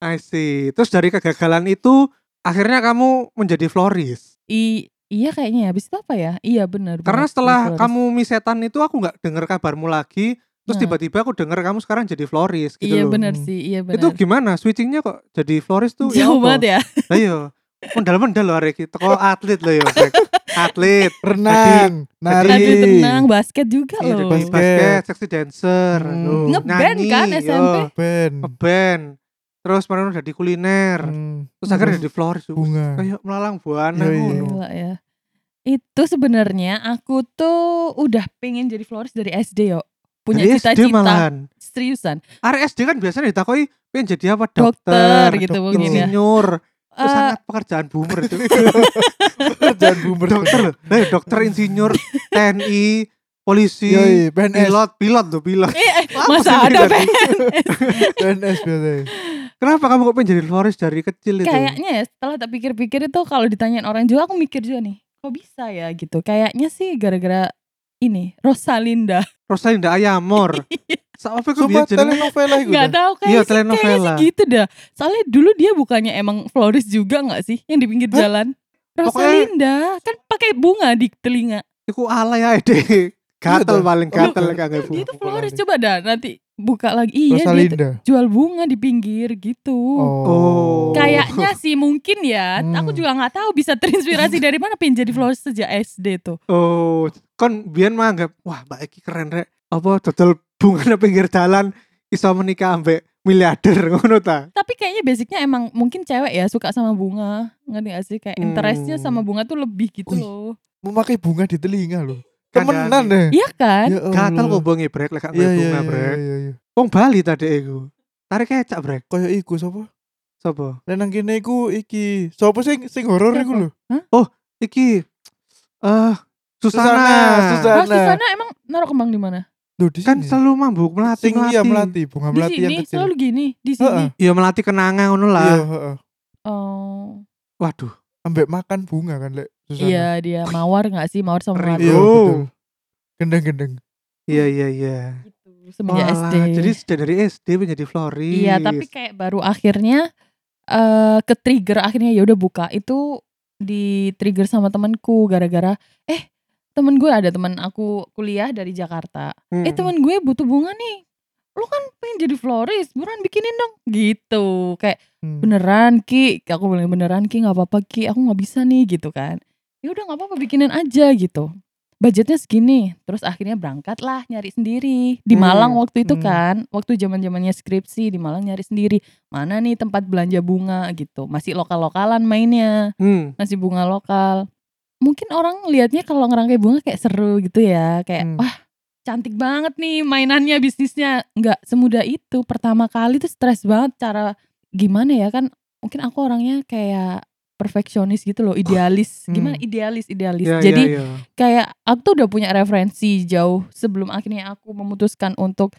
Speaker 1: I see. Terus dari kegagalan itu akhirnya kamu menjadi florist.
Speaker 3: I- iya kayaknya ya. habis itu apa ya iya benar
Speaker 1: Karena
Speaker 3: benar.
Speaker 1: setelah
Speaker 3: Benar.
Speaker 1: kamu misetan itu aku nggak dengar kabarmu lagi. Terus
Speaker 3: Nah.
Speaker 1: tiba-tiba aku dengar kamu sekarang jadi florist gitu
Speaker 3: iya
Speaker 1: loh.
Speaker 3: benar sih iya benar
Speaker 1: Itu gimana switchingnya kok jadi florist tuh?
Speaker 3: jauh banget ya
Speaker 1: Ayo. iya. Mendal-mendal loh Arek. Teko atlet loh ya. Brek. atlet.
Speaker 2: Renang, nari.
Speaker 3: Tadi tenang basket juga
Speaker 1: Iya,
Speaker 3: loh
Speaker 1: basket,
Speaker 2: Basket.
Speaker 1: seksi dancer,
Speaker 2: Hmm.
Speaker 1: Aduh,
Speaker 3: Ngeband kan
Speaker 1: nyanyi,
Speaker 3: SMP?
Speaker 1: yo.
Speaker 2: Ben.
Speaker 1: ngeband. Terus kemarin udah di kuliner,
Speaker 2: Hmm.
Speaker 1: terus akhirnya jadi florist.
Speaker 3: Hmm.
Speaker 1: Wih,
Speaker 2: bunga.
Speaker 1: Kayak melalang buana
Speaker 2: Yo, iya.
Speaker 1: ngono.
Speaker 3: Gila ya. Itu sebenarnya aku tuh udah pengen jadi florist dari SD yo. Punya
Speaker 1: Dari SD
Speaker 3: cita-cita
Speaker 1: malahan.
Speaker 3: seriusan.
Speaker 1: Arek SD kan biasanya ditakoi pengen jadi apa?
Speaker 3: Dokter,
Speaker 1: Dokter,
Speaker 3: gitu
Speaker 1: dok-
Speaker 3: mungkin ya.
Speaker 1: insinyur. Itu
Speaker 3: Eh,
Speaker 1: sangat pekerjaan boomer itu. Eh,
Speaker 2: Jangan boomer.
Speaker 1: dokter loh. Eh, dokter, insinyur, TNI, polisi,
Speaker 2: Yoi, PNS,
Speaker 1: pilot, pilot loh, pilot.
Speaker 3: eh, eh,
Speaker 1: Apa sih
Speaker 3: Iya, masa ada
Speaker 1: ini tadi?
Speaker 3: PNS?
Speaker 2: PNS biasanya.
Speaker 1: Kenapa kamu kok pengen jadi florist dari kecil itu?
Speaker 3: Kayaknya ya setelah tak pikir-pikir itu kalau ditanyain orang juga aku mikir juga nih. Kok bisa ya gitu. Kayaknya sih gara-gara ini Rosalinda.
Speaker 1: Rosalinda Ayamor. Sampai kok
Speaker 2: Sumpah
Speaker 1: biar jeneng
Speaker 2: telenovela itu.
Speaker 1: Iya,
Speaker 3: Gak tahu kayak kayaknya sih
Speaker 1: telenovela.
Speaker 3: gitu dah. Soalnya dulu dia bukannya emang florist juga nggak sih yang di pinggir
Speaker 1: Hah?
Speaker 3: jalan?
Speaker 1: Pokoknya-
Speaker 3: Rosalinda kan pakai bunga di telinga.
Speaker 1: Iku ala ya deh. Gatel
Speaker 2: Iya, dah.
Speaker 1: paling gatel kagak Bu.
Speaker 3: Dia tuh florist coba dah nanti buka lagi. Iya dia tuh
Speaker 2: Rosalinda.
Speaker 3: jual bunga di pinggir gitu.
Speaker 1: Oh.
Speaker 3: Kayaknya sih mungkin ya.
Speaker 2: Hmm.
Speaker 3: Aku juga nggak tahu bisa terinspirasi dari mana pengen jadi florist sejak SD tuh.
Speaker 1: Oh, kon biyen manggap, wah Mbak Eki keren rek. Apa dodol bunga nang pinggir jalan iso menikah ambek miliarder ngono ta?
Speaker 3: Tapi kayaknya basicnya emang mungkin cewek ya suka sama bunga. Ngerti gak sih kayak
Speaker 1: Hmm.
Speaker 3: interestnya sama bunga tuh lebih gitu
Speaker 2: Wih.
Speaker 3: loh.
Speaker 2: Memakai bunga di telinga loh.
Speaker 1: Kadang-
Speaker 2: Temenan deh.
Speaker 3: Iya kan?
Speaker 2: Ya Allah.
Speaker 1: Gatel kok bonge brek lek gak
Speaker 2: Iya
Speaker 1: ngeliat
Speaker 2: iya
Speaker 1: bunga
Speaker 2: iya,
Speaker 1: brek.
Speaker 2: iya iya.
Speaker 1: Wong Bali tadi iku. Tarik kecak brek.
Speaker 2: Kayak iku sapa?
Speaker 1: Sopo?
Speaker 2: Lenang kene iku iki. Sapa sing sing horor
Speaker 3: Siapa?
Speaker 2: iku lho?
Speaker 1: Iki eh
Speaker 2: Susana,
Speaker 1: Susana,
Speaker 3: Nah,
Speaker 2: Susana.
Speaker 3: Susana emang naruh kembang di mana?
Speaker 2: Loh di
Speaker 1: Kan
Speaker 2: sini.
Speaker 1: selalu mabuk melati
Speaker 2: sing
Speaker 1: melati.
Speaker 2: iya melati, bunga
Speaker 3: Di
Speaker 2: melati yang
Speaker 3: sini
Speaker 2: kecil.
Speaker 3: selalu gini, di sini.
Speaker 2: Heeh.
Speaker 1: Iya melati kenanga ngono
Speaker 2: Iya,
Speaker 1: lah.
Speaker 2: heeh.
Speaker 3: Oh.
Speaker 1: Waduh.
Speaker 2: Ambek makan bunga kan lek Susana.
Speaker 3: Iya, dia mawar gak sih? Mawar sama
Speaker 1: Ngeri.
Speaker 3: melati.
Speaker 2: Iya,
Speaker 1: Oh.
Speaker 2: betul. Gendeng-gendeng.
Speaker 1: Iya iya iya.
Speaker 3: gitu semenjak
Speaker 1: Walah,
Speaker 3: SD.
Speaker 1: Jadi sudah dari SD menjadi florist.
Speaker 3: Iya, tapi kayak baru akhirnya eh ke trigger akhirnya ya udah buka itu di trigger sama temanku gara-gara eh temen gue ada teman aku kuliah dari Jakarta.
Speaker 1: Hmm.
Speaker 3: Eh temen gue butuh bunga nih. Lu kan pengen jadi florist, buruan bikinin dong. Gitu. Kayak
Speaker 2: Hmm.
Speaker 3: beneran Ki, aku bilang beneran Ki nggak apa-apa Ki, aku nggak bisa nih gitu kan. Ya udah nggak apa-apa bikinin aja gitu. Budgetnya segini, terus akhirnya berangkat lah nyari sendiri di
Speaker 1: Hmm.
Speaker 3: Malang waktu itu
Speaker 2: Hmm.
Speaker 3: kan, waktu zaman zamannya skripsi di Malang nyari sendiri mana nih tempat belanja bunga gitu, masih lokal lokalan mainnya,
Speaker 1: Hmm.
Speaker 3: masih bunga lokal. Mungkin orang lihatnya kalau ngerangkai bunga kayak seru gitu ya, kayak
Speaker 2: Hmm.
Speaker 3: wah cantik banget nih mainannya bisnisnya nggak semudah itu pertama kali tuh stres banget cara gimana ya kan mungkin aku orangnya kayak perfeksionis gitu loh idealis
Speaker 2: Hmm. Ya,
Speaker 3: gimana idealis idealis
Speaker 1: Iya,
Speaker 3: jadi
Speaker 1: iya, iya.
Speaker 3: kayak aku tuh udah punya referensi jauh sebelum akhirnya aku memutuskan untuk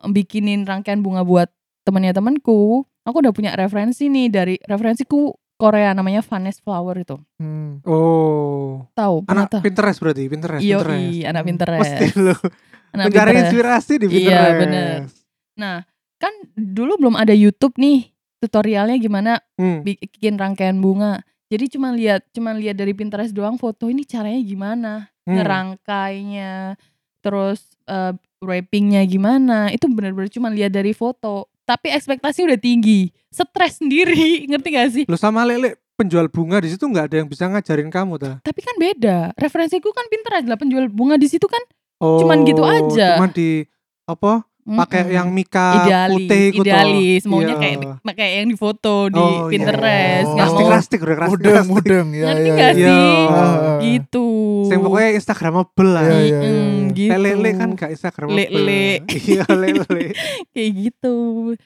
Speaker 3: bikinin rangkaian bunga buat temennya temanku aku udah punya referensi nih dari referensiku Korea namanya Vanes Flower itu
Speaker 2: Hmm.
Speaker 1: Oh,
Speaker 3: tahu pernah
Speaker 1: anak
Speaker 3: tahu
Speaker 1: Pinterest berarti, Pinterest. Pinterest. Hmm,
Speaker 3: Yoi, anak Pinterest
Speaker 1: Mesti lo
Speaker 3: anak
Speaker 1: mencari
Speaker 3: Pinterest.
Speaker 1: inspirasi di
Speaker 3: Iya,
Speaker 1: Pinterest.
Speaker 3: bener. nah kan dulu belum ada YouTube nih tutorialnya gimana
Speaker 1: Hmm.
Speaker 3: bikin rangkaian bunga jadi cuma lihat cuma lihat dari Pinterest doang foto ini caranya gimana
Speaker 1: hmm.
Speaker 3: ngerangkainya terus eh, wrappingnya gimana itu benar-benar cuma lihat dari foto tapi ekspektasi udah tinggi stres sendiri ngerti gak sih
Speaker 1: Lo sama Lele penjual bunga di situ nggak ada yang bisa ngajarin kamu ta?
Speaker 3: tapi kan beda referensiku kan pinter adalah penjual bunga di situ kan
Speaker 1: Oh,
Speaker 3: Cuman gitu aja.
Speaker 1: Cuman di apa? Pakai
Speaker 3: Mm-mm.
Speaker 1: yang mika
Speaker 3: idealis
Speaker 1: putih gitu.
Speaker 3: idealis maunya
Speaker 1: Iya.
Speaker 3: kayak pakai yang di foto di
Speaker 1: Oh, iya.
Speaker 3: Pinterest
Speaker 2: Oh.
Speaker 3: nggak
Speaker 1: Plastik
Speaker 3: mau
Speaker 1: plastik udah plastik.
Speaker 2: Mudeng, mudeng. Ya,
Speaker 3: ngerti
Speaker 2: ya, ya.
Speaker 3: gak
Speaker 1: Iya.
Speaker 3: sih
Speaker 2: Ah,
Speaker 3: gitu
Speaker 1: Yang pokoknya Instagramable lah.
Speaker 2: Iya, iya,
Speaker 3: Mm-mm,
Speaker 2: iya.
Speaker 3: gitu
Speaker 1: Lele kan gak Instagramable.
Speaker 3: Lele.
Speaker 1: iya, lele.
Speaker 3: kayak gitu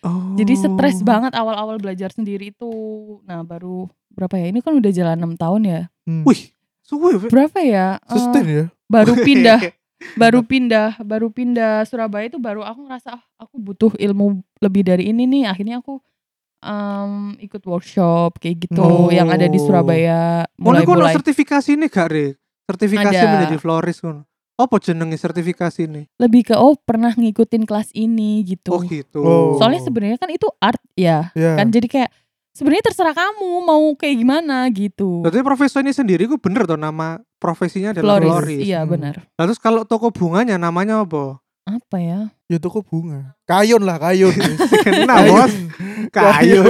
Speaker 1: Oh.
Speaker 3: Jadi stres banget awal-awal belajar sendiri itu. Nah baru berapa ya? Ini kan udah jalan 6 tahun ya.
Speaker 2: Hmm.
Speaker 1: Wih, suwe. Fe.
Speaker 3: Berapa ya? Eh,
Speaker 2: sustain ya.
Speaker 3: baru pindah, baru pindah, baru pindah Surabaya itu baru aku ngerasa "Ah, aku butuh ilmu lebih dari ini nih. Akhirnya aku em, ikut workshop kayak gitu
Speaker 1: Oh.
Speaker 3: yang ada di Surabaya.
Speaker 1: Mulai
Speaker 3: Mulai
Speaker 1: kono
Speaker 3: mulai
Speaker 1: sertifikasi ini gak, Re? Sertifikasi
Speaker 3: Ada.
Speaker 1: menjadi florist kono. Apa jenenge sertifikasi ini?
Speaker 3: lebih ke oh pernah ngikutin kelas ini gitu.
Speaker 1: Oh gitu.
Speaker 2: Oh.
Speaker 3: Soalnya sebenarnya kan itu art ya
Speaker 2: Ya.
Speaker 3: kan. Jadi kayak sebenarnya terserah kamu mau kayak gimana gitu.
Speaker 1: Berarti profesi ini sendiri ku bener toh nama profesinya adalah
Speaker 3: Floris,
Speaker 1: florist.
Speaker 3: iya
Speaker 2: Hmm.
Speaker 3: benar.
Speaker 1: Nah, terus kalau toko bunganya namanya apa?
Speaker 3: Apa ya?
Speaker 2: Ya toko bunga. Kayun lah, kayun.
Speaker 1: Kenal
Speaker 2: Kayun.
Speaker 1: bos. Kayu.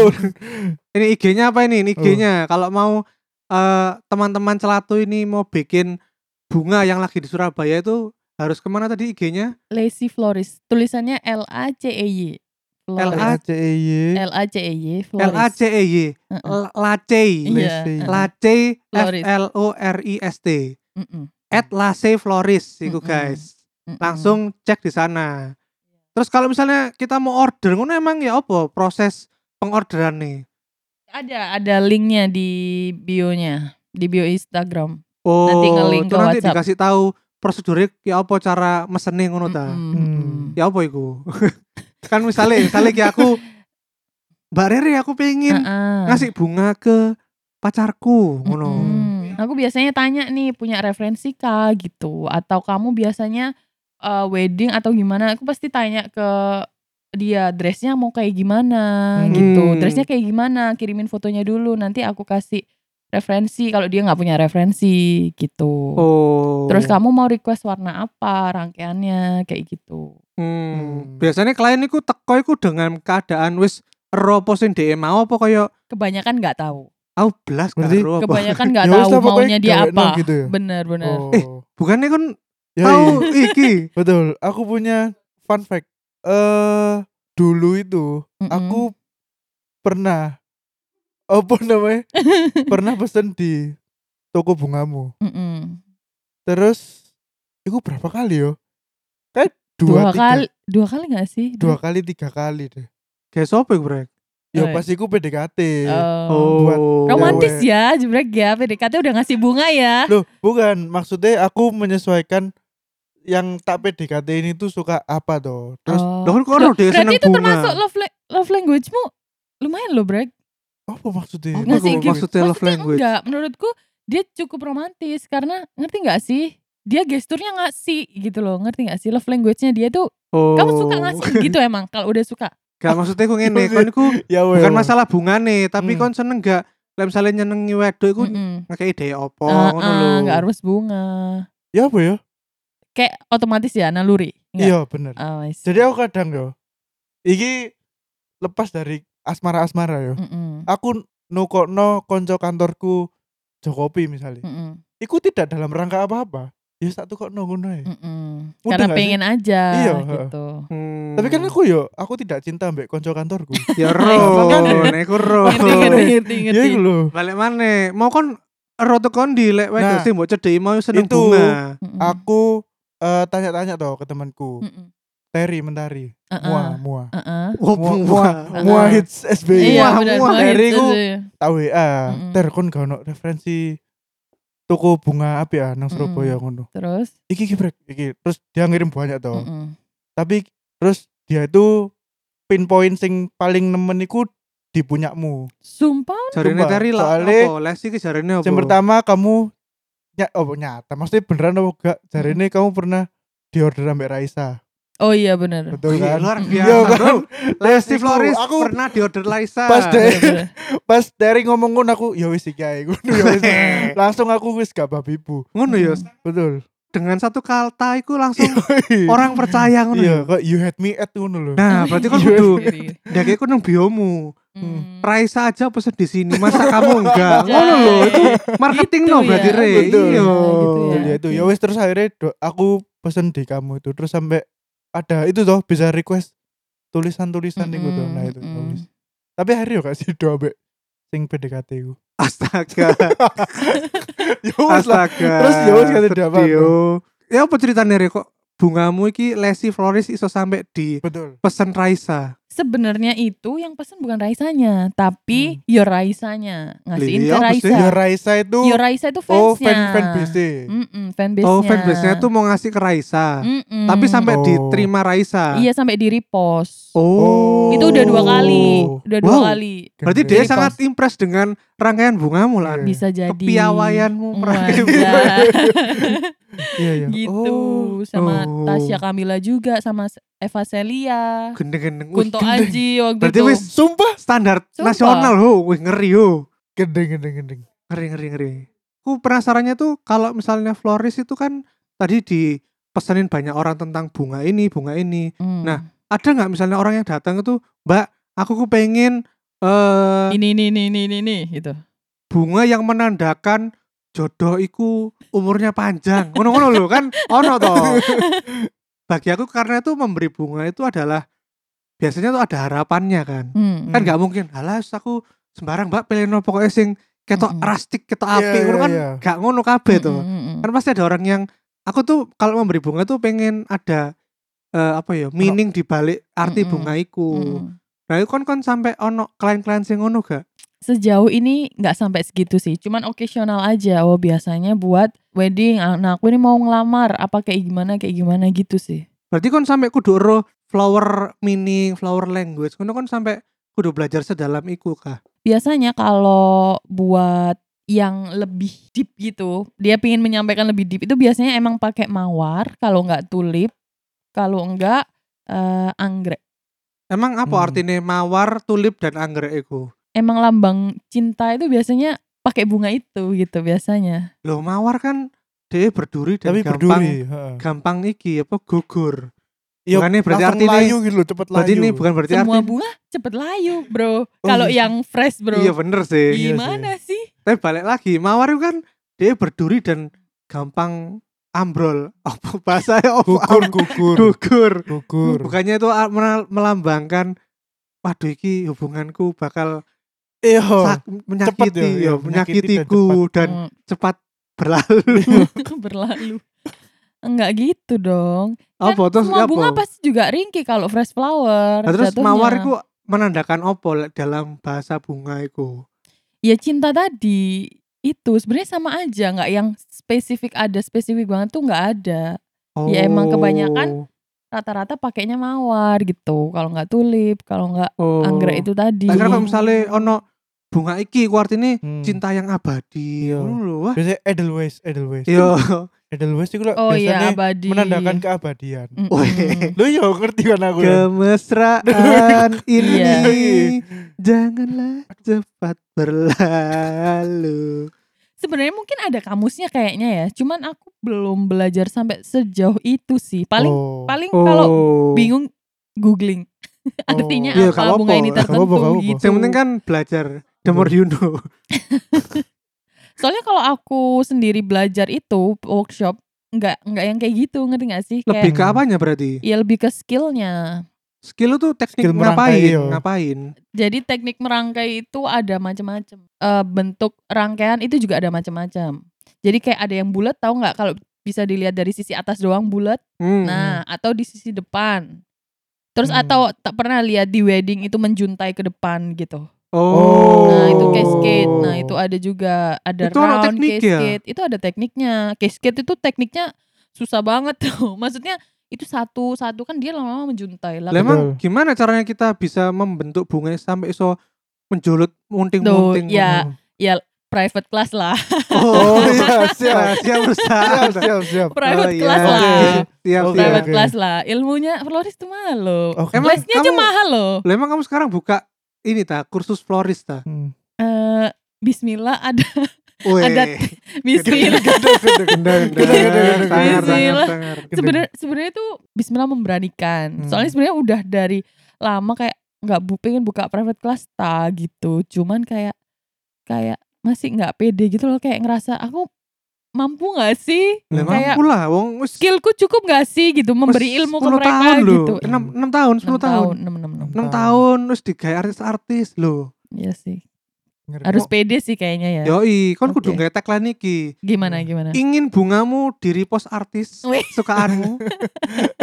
Speaker 1: Ini IG-nya apa ini? Ini IG-nya. Kalau mau eh, teman-teman celatu ini mau bikin bunga yang lagi di Surabaya itu harus kemana tadi IG-nya?
Speaker 3: Lacy Florist. Tulisannya L A C E Y.
Speaker 1: L-A-
Speaker 2: LACEY.
Speaker 3: L A C E Y
Speaker 1: L A C
Speaker 3: Florist.
Speaker 1: E Y.
Speaker 3: Heeh.
Speaker 1: Lacey.
Speaker 3: Iya.
Speaker 2: Lacy.
Speaker 1: Lace F
Speaker 3: heeh. Florist.
Speaker 1: L O R I S T.
Speaker 3: Mm-mm.
Speaker 1: At Lace Florist itu
Speaker 3: Mm-mm.
Speaker 1: guys.
Speaker 3: Mm-mm.
Speaker 1: Langsung cek di sana. Terus kalau misalnya kita mau order ngono emang ya apa proses pengorderan nih?
Speaker 3: ada ada linknya di bio-nya, di bio Instagram.
Speaker 1: Oh,
Speaker 3: Nanti nge-link
Speaker 1: itu
Speaker 3: ke
Speaker 1: nanti
Speaker 3: WhatsApp.
Speaker 1: dikasih tahu prosedurnya ya apa cara mesene ngono ta.
Speaker 3: Mm-mm,
Speaker 2: Hmm.
Speaker 3: mm-mm.
Speaker 1: Ya apa iku? kan misalnya misalnya ki aku Mbak Rere aku pengen
Speaker 3: Heeh.
Speaker 1: ngasih bunga ke pacarku ngono.
Speaker 3: Mm-mm. Aku biasanya tanya nih punya referensi kah gitu atau kamu biasanya uh, wedding atau gimana? Aku pasti tanya ke dia dressnya mau kayak gimana
Speaker 2: Hmm.
Speaker 3: gitu. Dressnya kayak gimana? Kirimin fotonya dulu nanti aku kasih referensi kalau dia nggak punya referensi gitu.
Speaker 1: Oh.
Speaker 3: Terus kamu mau request warna apa rangkaiannya kayak gitu.
Speaker 1: Hmm. Biasanya klien iku teko iku dengan keadaan wis ero apa sing dhek mau apa kaya
Speaker 3: Kebanyakan nggak tahu.
Speaker 1: aku blas
Speaker 2: Berarti
Speaker 1: karo apa.
Speaker 3: Kebanyakan nggak
Speaker 2: Ya wis
Speaker 3: tahu
Speaker 2: lah, pokoknya
Speaker 3: maunya dia
Speaker 2: gawe nom
Speaker 3: apa.
Speaker 2: gitu ya?
Speaker 3: Bener bener.
Speaker 2: Oh.
Speaker 1: Eh, Bukannya kan
Speaker 2: Ya,
Speaker 1: tahu
Speaker 2: iya.
Speaker 1: iki.
Speaker 2: Betul. Aku punya fun fact. Eh dulu itu
Speaker 3: Mm-mm.
Speaker 2: aku pernah apa namanya? pernah pesen di toko bungamu.
Speaker 3: Mm-mm.
Speaker 2: Terus itu berapa kali yo? Kayak
Speaker 3: dua,
Speaker 2: dua, tiga,
Speaker 3: kali dua kali nggak sih
Speaker 2: dua kali tiga kali deh.
Speaker 1: Guys opo iku, Brek?
Speaker 2: Ya
Speaker 3: Eh.
Speaker 2: pas iku PDKT.
Speaker 3: Oh.
Speaker 2: buat
Speaker 3: romantis
Speaker 2: cewek.
Speaker 3: ya jebrek ya PDKT udah ngasih bunga ya
Speaker 2: Loh, bukan. Maksudnya aku menyesuaikan yang tak PDKT ini tuh suka apa toh. Terus
Speaker 1: Lah
Speaker 3: oh.
Speaker 1: kan kok ora
Speaker 3: Loh,
Speaker 1: dhek
Speaker 3: berarti
Speaker 1: seneng
Speaker 3: itu
Speaker 1: bunga.
Speaker 3: termasuk love la- love language-mu lumayan loh brek
Speaker 2: apa maksudnya?
Speaker 1: Apa
Speaker 3: Ngasih
Speaker 1: iku
Speaker 3: gift.
Speaker 1: maksudnya love language?
Speaker 3: enggak menurutku dia cukup romantis karena ngerti nggak sih dia gesturnya ngasih gitu loh ngerti nggak sih love language-nya dia tuh
Speaker 1: Oh.
Speaker 3: kamu suka ngasih gitu emang kalau udah suka
Speaker 1: Gak maksudnya aku ngene,
Speaker 2: Maksudnya-
Speaker 1: kon iku
Speaker 2: Ya weh.
Speaker 3: oh.
Speaker 1: bukan masalah bunga nih, tapi
Speaker 2: Hmm.
Speaker 1: kon seneng gak lek misalnya nyenengi wedok iku
Speaker 3: Mm-mm.
Speaker 1: ngekei ide opo
Speaker 3: Ah,
Speaker 1: Oh, ngono
Speaker 3: ah,
Speaker 1: lho.
Speaker 3: nggak harus bunga
Speaker 2: Ya apa ya?
Speaker 3: kayak otomatis ya naluri nggak?
Speaker 2: Iya bener.
Speaker 3: Ah, I see.
Speaker 2: Jadi aku kadang yo, iki lepas dari asmara-asmara
Speaker 3: Hmm.
Speaker 2: yo.
Speaker 3: Mm-mm.
Speaker 2: Aku nukokno konco kantorku Jokopi misalnya.
Speaker 3: Mm-mm.
Speaker 2: Iku tidak dalam rangka apa-apa. Ya satu kok ngono
Speaker 3: Hmm.
Speaker 2: ae.
Speaker 3: Mm-mm.
Speaker 2: Mudah
Speaker 3: Karena
Speaker 2: nggak sih?
Speaker 3: pengen aja
Speaker 2: Iya, heeh.
Speaker 3: gitu.
Speaker 1: Hmm.
Speaker 2: Tapi kan aku yo, aku tidak cinta mbek konco kantorku.
Speaker 1: ya ro,
Speaker 3: kan
Speaker 2: Makanya.
Speaker 1: nek ro.
Speaker 3: Ngerti, ngerti, ngerti,
Speaker 2: ya
Speaker 3: ngerti. Hmm.
Speaker 2: iku lho.
Speaker 1: Balik mana? Mau kon ero tekan di lek wedok
Speaker 2: Nah,
Speaker 1: sih mbok cedheki mau seneng
Speaker 2: itu.
Speaker 1: bunga.
Speaker 3: Mm-mm.
Speaker 2: Aku eh, tanya-tanya toh ke temanku.
Speaker 3: Mm-mm.
Speaker 2: Terry Mentari.
Speaker 3: Uh-uh.
Speaker 2: Mua, mua.
Speaker 3: Uh-uh.
Speaker 1: Wah,
Speaker 2: Wah,
Speaker 1: wah,
Speaker 2: Mua
Speaker 1: wah.
Speaker 2: hits SBY.
Speaker 3: Iya Hmm.
Speaker 1: Wah,
Speaker 3: benar
Speaker 1: wah,
Speaker 3: wah,
Speaker 2: dari
Speaker 3: itu
Speaker 2: ku-
Speaker 3: sih.
Speaker 2: Tau ya,
Speaker 3: Mm-mm.
Speaker 2: Ter kon gak ono referensi toko bunga apa ya
Speaker 3: Hmm.
Speaker 2: nang Surabaya ngono.
Speaker 3: Terus
Speaker 2: Iki iki brek, iki. Terus dia ngirim banyak toh.
Speaker 3: mm-mm.
Speaker 2: Tapi terus dia itu pinpoint sing paling nemen iku di punyakmu.
Speaker 3: Sumpah
Speaker 1: Jarine
Speaker 2: Sumpah,
Speaker 1: teri lah.
Speaker 2: soalnya-
Speaker 1: Apa les iki jarine apa?
Speaker 2: Yang pertama kamu ya oh nyata maksudnya beneran apa gak? Jarine kamu pernah diorder sampe Raisa.
Speaker 3: Oh iya benar.
Speaker 1: Wih,
Speaker 2: Betul kan?
Speaker 1: luar
Speaker 3: Mm-mm.
Speaker 1: biasa.
Speaker 2: Iya kan?
Speaker 1: Bro. Lesti
Speaker 2: Iku,
Speaker 1: Floris
Speaker 2: aku
Speaker 1: pernah diorder Laisa.
Speaker 2: Pas deh.
Speaker 3: Bener, bener.
Speaker 2: pas Terry ngomong ngono aku ya wis iki ae ngono ya wis. Langsung aku wis gak babi bu.
Speaker 1: Ngono ya.
Speaker 2: Betul.
Speaker 1: Dengan satu kata iku langsung orang percaya ngono
Speaker 2: Iya,
Speaker 1: ya.
Speaker 2: kok you had me at ngono lho.
Speaker 1: Nah, berarti kan
Speaker 3: Iya,
Speaker 1: kudu
Speaker 3: sendiri.
Speaker 1: ndek iku nang biomu.
Speaker 2: Hmm.
Speaker 3: Mm.
Speaker 1: Raisa aja pesen di sini, masa kamu enggak?
Speaker 3: Anjay.
Speaker 1: Ngono lho, itu marketing
Speaker 3: Gitu
Speaker 1: no
Speaker 3: ya.
Speaker 1: berarti Re.
Speaker 2: Betul.
Speaker 1: Iya.
Speaker 3: Gitu
Speaker 2: Betul ya itu. Ya wis terus akhirnya do- aku pesen di kamu itu terus sampai ada itu toh bisa request tulisan-tulisan itu toh. Nah itu. ya
Speaker 3: Mm-mm.
Speaker 2: wis. Tapi akhirnya gak sih do ambek sing PDKT ku.
Speaker 1: Astaga,
Speaker 2: Ya wis lah.
Speaker 1: astaga.
Speaker 2: Terus ya wis kata dia apa?
Speaker 1: Sedih, oh. Ya apa ceritanya Re kok bungamu iki Lesi Floris iso sampe di
Speaker 2: Betul.
Speaker 1: pesen Raisa.
Speaker 3: Sebenarnya itu yang pesen bukan Raisanya,
Speaker 2: Hmm.
Speaker 3: tapi yo Raisanya
Speaker 1: Lih,
Speaker 3: ngasihin ke
Speaker 1: apa sih?
Speaker 3: Raisa.
Speaker 2: Ya Raisa
Speaker 3: Yo
Speaker 2: itu
Speaker 3: Raisa itu fansnya.
Speaker 2: oh fan fan
Speaker 1: Mm.
Speaker 2: BC.
Speaker 3: Mm-mm, fanbase-nya.
Speaker 1: Oh, fanbase-nya tuh mau ngasih ke Raisa.
Speaker 3: Mm-mm.
Speaker 1: Tapi sampai
Speaker 2: Oh.
Speaker 1: diterima Raisa.
Speaker 3: iya sampai di repost.
Speaker 1: Oh.
Speaker 3: Itu udah dua kali, udah dua
Speaker 1: Wow.
Speaker 3: kali.
Speaker 1: Berarti dia
Speaker 3: Jadi
Speaker 1: sangat
Speaker 3: kos-
Speaker 1: impress dengan rangkaian bungamu lah.
Speaker 2: Iya.
Speaker 3: Bisa jadi.
Speaker 1: Kepiawaianmu meraih bunga.
Speaker 3: Wajah.
Speaker 2: Iya iya.
Speaker 3: gitu
Speaker 2: Oh.
Speaker 3: sama
Speaker 1: Oh.
Speaker 3: Tasya Kamila juga sama Eva Celia
Speaker 1: Gendeng-gendeng. Wih,
Speaker 3: Kunto
Speaker 1: gendeng.
Speaker 3: Aji waktu
Speaker 1: Berarti
Speaker 3: itu
Speaker 1: wis
Speaker 2: Sumpah
Speaker 1: standar
Speaker 3: Sumpah.
Speaker 1: nasional ho, wih ngeri ho.
Speaker 2: gendeng gendeng gendeng.
Speaker 1: Ngeri ngeri ngeri. Ku penasarannya tuh kalau misalnya Floris itu kan tadi dipesenin banyak orang tentang bunga ini, bunga ini.
Speaker 3: Hmm.
Speaker 1: Nah, Ada nggak misalnya orang yang datang itu, "Mbak, aku ku pengen eh
Speaker 3: ini ini ini ini ini, ini gitu
Speaker 1: bunga yang menandakan jodoh iku umurnya panjang." Ngono-ngono lho kan ono to. Bagi aku karena itu memberi bunga itu adalah biasanya tuh ada harapannya kan.
Speaker 3: Hmm.
Speaker 1: Kan nggak mungkin, "Alas aku sembarang Mbak pilih no pokoknya sing ketok
Speaker 3: Mm-mm.
Speaker 1: rustic, ketok
Speaker 2: Iya,
Speaker 1: apik." Ngono
Speaker 2: iya,
Speaker 1: kan
Speaker 2: iya. Hmm.
Speaker 1: gak ngono kabeh to.
Speaker 3: Mm, mm, mm.
Speaker 1: kan pasti ada orang yang aku tuh kalau memberi bunga tuh pengen ada eh, apa ya meaning di balik arti
Speaker 3: Mm-mm.
Speaker 1: bunga iku
Speaker 3: Mm.
Speaker 1: nah itu kan kan sampai ono klien-klien sing ngono gak
Speaker 3: sejauh ini nggak sampai segitu sih cuman occasional aja oh biasanya buat wedding anak aku ini mau ngelamar apa kayak gimana kayak gimana gitu sih
Speaker 1: berarti kan sampai kudu ero flower meaning flower language ngono kan sampai kudu belajar sedalam iku kah
Speaker 3: biasanya kalau buat yang lebih deep gitu dia pingin menyampaikan lebih deep itu biasanya emang pakai mawar kalau nggak tulip kalau enggak eh, anggrek
Speaker 1: emang apa
Speaker 2: Hmm.
Speaker 1: artinya mawar tulip dan anggrek iku
Speaker 3: emang lambang cinta itu biasanya pakai bunga itu gitu biasanya
Speaker 1: loh mawar kan dia berduri dan
Speaker 2: Tapi
Speaker 1: gampang
Speaker 2: berduri. heeh.
Speaker 1: gampang iki apa gugur
Speaker 2: Iya,
Speaker 1: Bukannya berarti
Speaker 2: langsung
Speaker 1: artinya-
Speaker 2: layu gitu loh, cepet
Speaker 1: berarti
Speaker 2: layu.
Speaker 1: ini bukan berarti
Speaker 3: semua
Speaker 1: arti Oh,
Speaker 3: bunga cepet layu bro kalau
Speaker 2: iya sih.
Speaker 3: yang fresh bro
Speaker 1: iya bener sih
Speaker 2: sih.
Speaker 3: gimana sih
Speaker 1: Tapi balik lagi, mawar itu kan dia berduri dan gampang ambrol. Apa bahasanya? Apa?
Speaker 2: gugur gugur
Speaker 1: Gugur.
Speaker 2: gugur.
Speaker 1: Bukannya itu a- mena- melambangkan waduh iki hubunganku bakal
Speaker 2: Iya.
Speaker 1: sak- menyakiti
Speaker 2: ya,
Speaker 1: Oh, ya,
Speaker 2: iya,
Speaker 1: menyakitiku dan
Speaker 3: Hmm,
Speaker 1: cepat berlalu.
Speaker 3: berlalu enggak gitu dong
Speaker 1: apa terus apa?
Speaker 3: semua bunga pasti juga ringkih kalau fresh flower
Speaker 1: Nah, terus
Speaker 3: jatuhnya.
Speaker 1: mawar itu menandakan apa lek dalam bahasa bunga itu?
Speaker 3: ya cinta tadi itu sebenarnya sama aja nggak yang spesifik ada spesifik banget tuh nggak ada Ya, emang kebanyakan rata-rata pakainya mawar gitu kalau nggak tulip kalau nggak
Speaker 1: Oh.
Speaker 3: anggrek itu tadi
Speaker 1: Lah, karena kalau misalnya ono bunga iki ku artine
Speaker 2: Hmm.
Speaker 1: cinta yang abadi.
Speaker 2: Iya.
Speaker 1: Ngono lho, wah.
Speaker 2: Biasanya Edelweiss, Edelweiss.
Speaker 1: Yo.
Speaker 2: Edelweiss itu lah
Speaker 3: oh iya
Speaker 2: biasanya
Speaker 3: abadi Hmm.
Speaker 2: menandakan keabadian.
Speaker 3: Mm-mm.
Speaker 1: Weh.
Speaker 2: Lu ya ngerti kan aku. ya?
Speaker 1: Kemesraan
Speaker 3: Iya.
Speaker 1: ini janganlah cepat berlalu.
Speaker 3: sebenarnya mungkin ada kamusnya kayaknya ya cuman aku belum belajar sampai sejauh itu sih paling
Speaker 2: Oh.
Speaker 3: paling kalau
Speaker 1: Oh.
Speaker 3: bingung googling artinya
Speaker 1: Iya,
Speaker 3: apa
Speaker 1: nggak
Speaker 3: bunga
Speaker 1: apa-apa.
Speaker 3: ini
Speaker 1: Nggak
Speaker 3: tertentu
Speaker 2: apa-apa, nggak apa-apa.
Speaker 3: gitu
Speaker 1: Yang penting kan belajar. The more you know.
Speaker 3: soalnya kalau aku sendiri belajar itu workshop nggak nggak yang kayak gitu ngerti nggak sih
Speaker 1: Lebih
Speaker 3: kayak
Speaker 1: ke apanya berarti?
Speaker 3: ya lebih ke skillnya
Speaker 1: Skill lu tuh teknik
Speaker 2: Skill
Speaker 1: ngapain?
Speaker 2: merangkai, iya.
Speaker 1: Ngapain?
Speaker 3: Jadi teknik merangkai itu ada macam-macam. Eh bentuk rangkaian itu juga ada macam-macam. Jadi kayak ada yang bulat tahu nggak kalau bisa dilihat dari sisi atas doang bulat.
Speaker 1: Hmm.
Speaker 3: Nah, atau di sisi depan. Terus
Speaker 2: Hmm.
Speaker 3: atau tak pernah lihat di wedding itu menjuntai ke depan gitu.
Speaker 1: oh.
Speaker 3: Nah, itu
Speaker 2: Oh.
Speaker 3: cascade. Nah, itu ada juga ada
Speaker 1: Itu ada
Speaker 3: round
Speaker 1: teknik ya?
Speaker 3: cascade. Itu ada tekniknya. Cascade itu tekniknya susah banget tuh. Maksudnya itu satu satu kan dia lama-lama menjuntai lah.
Speaker 1: Lah emang
Speaker 2: Betul.
Speaker 1: gimana caranya kita bisa membentuk bunga sampai iso menjulut
Speaker 3: Tuh,
Speaker 1: munting-munting?
Speaker 2: Hmm.
Speaker 3: ya, ya private class lah.
Speaker 1: Oh,
Speaker 2: Oh, iya, siap.
Speaker 1: Rahasia
Speaker 2: siap
Speaker 1: perusahaan.
Speaker 2: siap siap
Speaker 3: private
Speaker 1: Oh, iya.
Speaker 3: class lah.
Speaker 2: Oke.
Speaker 1: Siap,
Speaker 2: Oke. Oh,
Speaker 1: siap.
Speaker 3: Private class lah. Ilmunya florist tuh mahal loh.
Speaker 2: Oke.
Speaker 1: Iya, Emang
Speaker 3: Lesnya aja
Speaker 1: kamu-
Speaker 3: mahal loh.
Speaker 1: Lah emang kamu sekarang buka ini ta kursus florist ta?
Speaker 2: Hmm.
Speaker 3: Eh, Bismillah ada
Speaker 1: Weh.
Speaker 3: Ada Bismillah.
Speaker 1: Gendeng,
Speaker 2: Gendeng, gendeng,
Speaker 3: Iya,
Speaker 1: gendeng, tangar,
Speaker 3: gendeng.
Speaker 1: tangar, tangar.
Speaker 3: sebenarnya sebenarnya itu Bismillah memberanikan
Speaker 2: Hmm.
Speaker 3: soalnya sebenarnya udah dari lama kayak nggak bu pengen buka private class ta gitu cuman kayak kayak masih nggak pede gitu loh kayak ngerasa aku mampu nggak sih
Speaker 1: Lah
Speaker 2: Kayak-
Speaker 1: mampu lah wong wis
Speaker 3: skillku cukup nggak sih gitu
Speaker 1: wis
Speaker 3: memberi ilmu ke
Speaker 1: 10
Speaker 3: mereka
Speaker 1: tahun loh.
Speaker 3: gitu
Speaker 1: 6 tahun, 10
Speaker 3: Enam
Speaker 1: tahun.
Speaker 3: enam enam enam.
Speaker 1: 6 tahun terus digawe artis-artis loh.
Speaker 3: Iya sih
Speaker 2: Ngeri.
Speaker 3: harus pede sih kayaknya ya
Speaker 1: Yoi, kon kudu
Speaker 3: Oke. Ya.
Speaker 1: gawe tagline iki.
Speaker 3: gimana gimana
Speaker 1: Ingin bungamu di repost artis
Speaker 3: Wih.
Speaker 1: sukaanmu.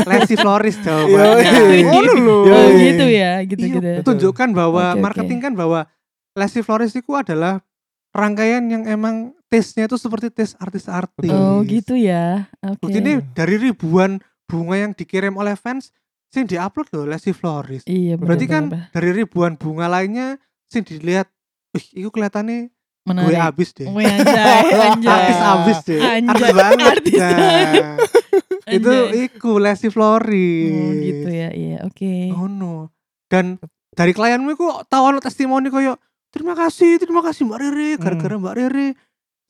Speaker 1: Lesi florist
Speaker 2: Yoi. Iya,
Speaker 1: jawabannya. Ngono lho.
Speaker 3: oh,
Speaker 2: Yoi.
Speaker 3: gitu ya gitu
Speaker 1: Iya,
Speaker 3: gitu ya.
Speaker 2: betul.
Speaker 1: tunjukkan bahwa
Speaker 3: Oke, oke.
Speaker 1: marketing kan bahwa Leslie Flores itu adalah rangkaian yang emang tesnya itu seperti tes artis-artis.
Speaker 2: Betul.
Speaker 3: oh gitu ya oke
Speaker 1: Bukti ini dari ribuan bunga yang dikirim oleh fans sing diupload loh Leslie Flores.
Speaker 3: iya bener,
Speaker 1: Berarti kan
Speaker 3: bener,
Speaker 1: dari ribuan bunga lainnya sing dilihat, wih, itu kelihatannya
Speaker 3: bener.
Speaker 1: gue
Speaker 3: menarik
Speaker 1: abis deh.
Speaker 3: Wih, anjay, anjay.
Speaker 1: Artis abis deh. Artis
Speaker 3: Anjay.
Speaker 1: banget.
Speaker 3: Artis
Speaker 1: Nah, itu
Speaker 3: Anjay.
Speaker 1: iku Leslie Flores.
Speaker 3: Oh, gitu ya, iya, oke.
Speaker 1: Oh no. Dan dari klienmu itu tahu ono testimoni koyo terima kasih, terima kasih Mbak Riri,
Speaker 2: Hmm.
Speaker 1: gara-gara Mbak Riri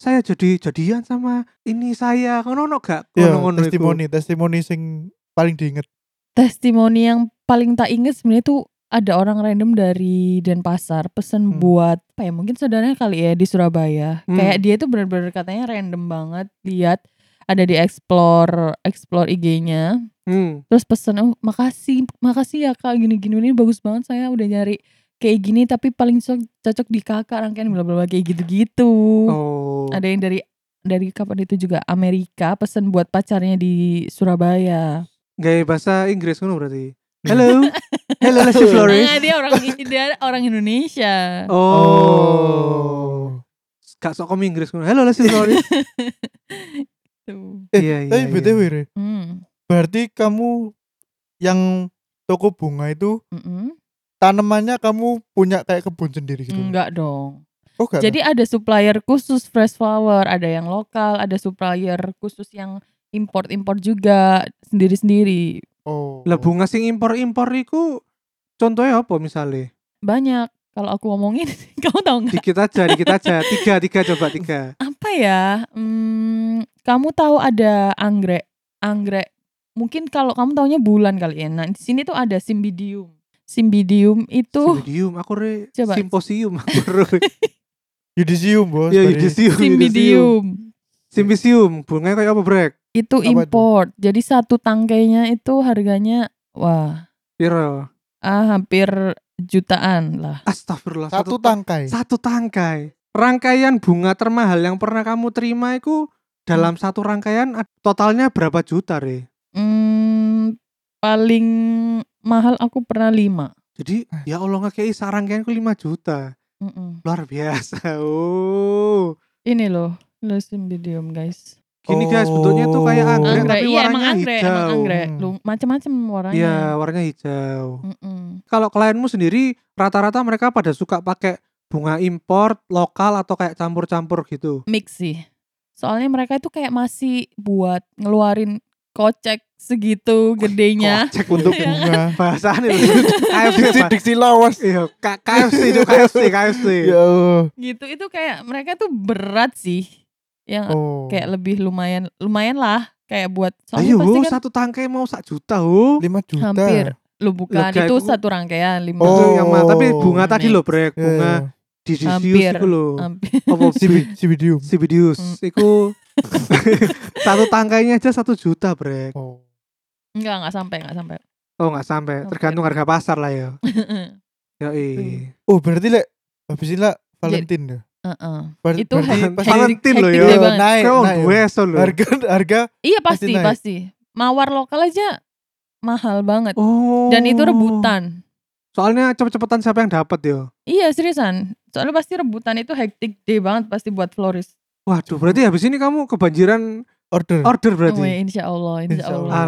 Speaker 1: saya jadi jadian sama ini saya. Kono ono gak
Speaker 2: Ya,
Speaker 1: kono ngono
Speaker 2: testimoni testimoni sing paling diinget
Speaker 3: Testimoni yang paling tak inget sebenarnya tuh ada orang random dari Denpasar pesen
Speaker 2: Hmm.
Speaker 3: buat apa ya mungkin saudaranya kali ya di Surabaya.
Speaker 1: Hmm.
Speaker 3: Kayak dia tuh bener-bener katanya random banget lihat ada di explore explore IG-nya.
Speaker 1: Hmm.
Speaker 3: Terus pesen oh, makasih, makasih ya Kak gini-gini ini bagus banget saya udah nyari kayak gini tapi paling cocok, cocok di Kakak rangkaian bla bla bla kayak gitu-gitu.
Speaker 2: Uh.
Speaker 1: Oh.
Speaker 3: ada yang dari dari kapan itu juga Amerika pesen buat pacarnya di Surabaya.
Speaker 1: Gaya bahasa Inggris ngono berarti.
Speaker 2: Hmm.
Speaker 1: Hello. Hello Leslie Flores.
Speaker 3: Nah, dia orang dia orang Indonesia.
Speaker 1: Oh. Gak sok kom Inggris ngono. Hello Leslie Flores.
Speaker 3: Tuh.
Speaker 2: Eh,
Speaker 1: Iya, iya,
Speaker 2: tapi
Speaker 1: iya.
Speaker 2: btw Re,
Speaker 3: Hmm.
Speaker 2: berarti kamu yang toko bunga itu
Speaker 3: Mm-mm.
Speaker 2: tanamannya kamu punya kayak kebun sendiri gitu
Speaker 3: Enggak dong.
Speaker 2: oh enggak
Speaker 3: Jadi ada supplier khusus fresh flower, ada yang lokal, ada supplier khusus yang import-import juga sendiri-sendiri.
Speaker 2: oh
Speaker 1: Lah bunga sing impor-impor iku contohnya apa misalnya?
Speaker 3: Banyak kalau aku ngomongin kamu tahu nggak
Speaker 1: Dikit aja, dikit aja. Tiga, tiga coba tiga.
Speaker 3: apa ya? Hmm, kamu tahu ada anggrek, anggrek. Mungkin kalau kamu taunya bulan kali ya. Nah, di sini tuh ada simbidium. Simbidium itu
Speaker 1: Simposium, aku re
Speaker 3: Coba.
Speaker 1: simposium aku re.
Speaker 2: yudisium bos
Speaker 1: ya
Speaker 2: dari-
Speaker 1: yudisium, yudisium.
Speaker 3: simbidium.
Speaker 1: Simposium, bunganya kayak apa brek?
Speaker 3: Itu
Speaker 2: Apa itu?
Speaker 3: import. Jadi satu tangkainya itu harganya wah,
Speaker 1: Piro?
Speaker 3: ah hampir jutaan lah.
Speaker 1: Astagfirullah.
Speaker 2: satu tangkai
Speaker 1: Satu tangkai. Rangkaian bunga termahal yang pernah kamu terima itu dalam satu rangkaian ad- totalnya berapa juta re?
Speaker 3: Hmm, paling mahal aku pernah 5.
Speaker 1: Jadi
Speaker 3: Eh.
Speaker 1: ya Allah ngakei sak rangkaianku 5 juta.
Speaker 3: Mm-mm.
Speaker 1: Luar biasa. Oh.
Speaker 3: Ini loh, lo simbidium guys.
Speaker 1: Gini guys, bentuknya tuh kayak
Speaker 2: Oh.
Speaker 1: anggrek,
Speaker 3: Anggrek,
Speaker 1: tapi
Speaker 3: iya
Speaker 1: warnanya
Speaker 3: emang anggrek,
Speaker 1: hijau.
Speaker 3: emang anggrek.
Speaker 2: Hmm.
Speaker 3: Lu- Macam-macam warnanya.
Speaker 1: Iya, warnanya hijau.
Speaker 3: Mm-mm.
Speaker 1: kalau klienmu sendiri rata-rata mereka pada suka pakai bunga import lokal atau kayak campur-campur gitu.
Speaker 3: mix sih. Soalnya mereka itu kayak masih buat ngeluarin kocek segitu gedenya.
Speaker 1: Kocek
Speaker 2: untuk
Speaker 1: untuk
Speaker 3: Iya.
Speaker 2: bunga
Speaker 1: bahasannya loh. KFC
Speaker 2: diksi
Speaker 1: Pak.
Speaker 2: diksi lawas
Speaker 1: Iya, K- KFC itu KFC KFC.
Speaker 3: Iya.
Speaker 2: ya Allah.
Speaker 3: Gitu itu kayak mereka tuh berat sih. Yang
Speaker 2: oh
Speaker 3: kayak lebih lumayan lumayan lah kayak buat soalnya
Speaker 1: Ayo, oh,
Speaker 3: pasti kan
Speaker 1: satu tangkai mau sak juta, ho.
Speaker 2: lima juta oh.
Speaker 3: hampir lu bukan
Speaker 1: Lega
Speaker 3: itu
Speaker 1: aku.
Speaker 3: satu rangkaian lima
Speaker 1: Itu
Speaker 2: Oh.
Speaker 1: yang mana? Tapi bunga tadi
Speaker 3: Next.
Speaker 1: loh, Brek.
Speaker 2: Ya,
Speaker 1: Bunga
Speaker 2: ya.
Speaker 1: didisius
Speaker 3: nah, Hampir.
Speaker 1: itu loh.
Speaker 3: hampir.
Speaker 1: Apa bi-
Speaker 2: Sibi- sibidium
Speaker 1: Sibidius.
Speaker 3: Hmm.
Speaker 1: Iku satu tangkainya aja satu juta, Brek.
Speaker 2: oh
Speaker 3: enggak enggak sampai enggak sampai
Speaker 1: Oh, nggak sampai.
Speaker 3: Hampir.
Speaker 1: Tergantung harga pasar lah ya. Yoi.
Speaker 2: oh berarti lek habisin lah Valentine ya
Speaker 3: Eh, Heeh.
Speaker 2: Ber-
Speaker 3: Itu
Speaker 2: berarti
Speaker 1: hak-
Speaker 2: pas
Speaker 3: hak-
Speaker 1: Valentine loh ya.
Speaker 3: hectic day
Speaker 2: Yo,
Speaker 3: banget.
Speaker 2: naik,
Speaker 1: Kayak wong
Speaker 2: naik.
Speaker 1: gue so lho.
Speaker 2: harga harga
Speaker 3: Iya
Speaker 2: Pasti
Speaker 3: pasti
Speaker 2: naik.
Speaker 3: pasti. Mawar lokal aja mahal banget.
Speaker 1: Oh.
Speaker 3: Dan itu rebutan.
Speaker 1: Soalnya cepet-cepetan siapa yang dapat ya.
Speaker 3: Iya seriusan. Soalnya pasti rebutan itu hektik day banget pasti buat florist.
Speaker 1: Waduh, berarti habis ini kamu kebanjiran
Speaker 2: order
Speaker 1: order
Speaker 3: Oh,
Speaker 1: berarti.
Speaker 3: insya Allah, insya,
Speaker 2: Insya Allah.
Speaker 3: Oh, ya Allah. insya Allah.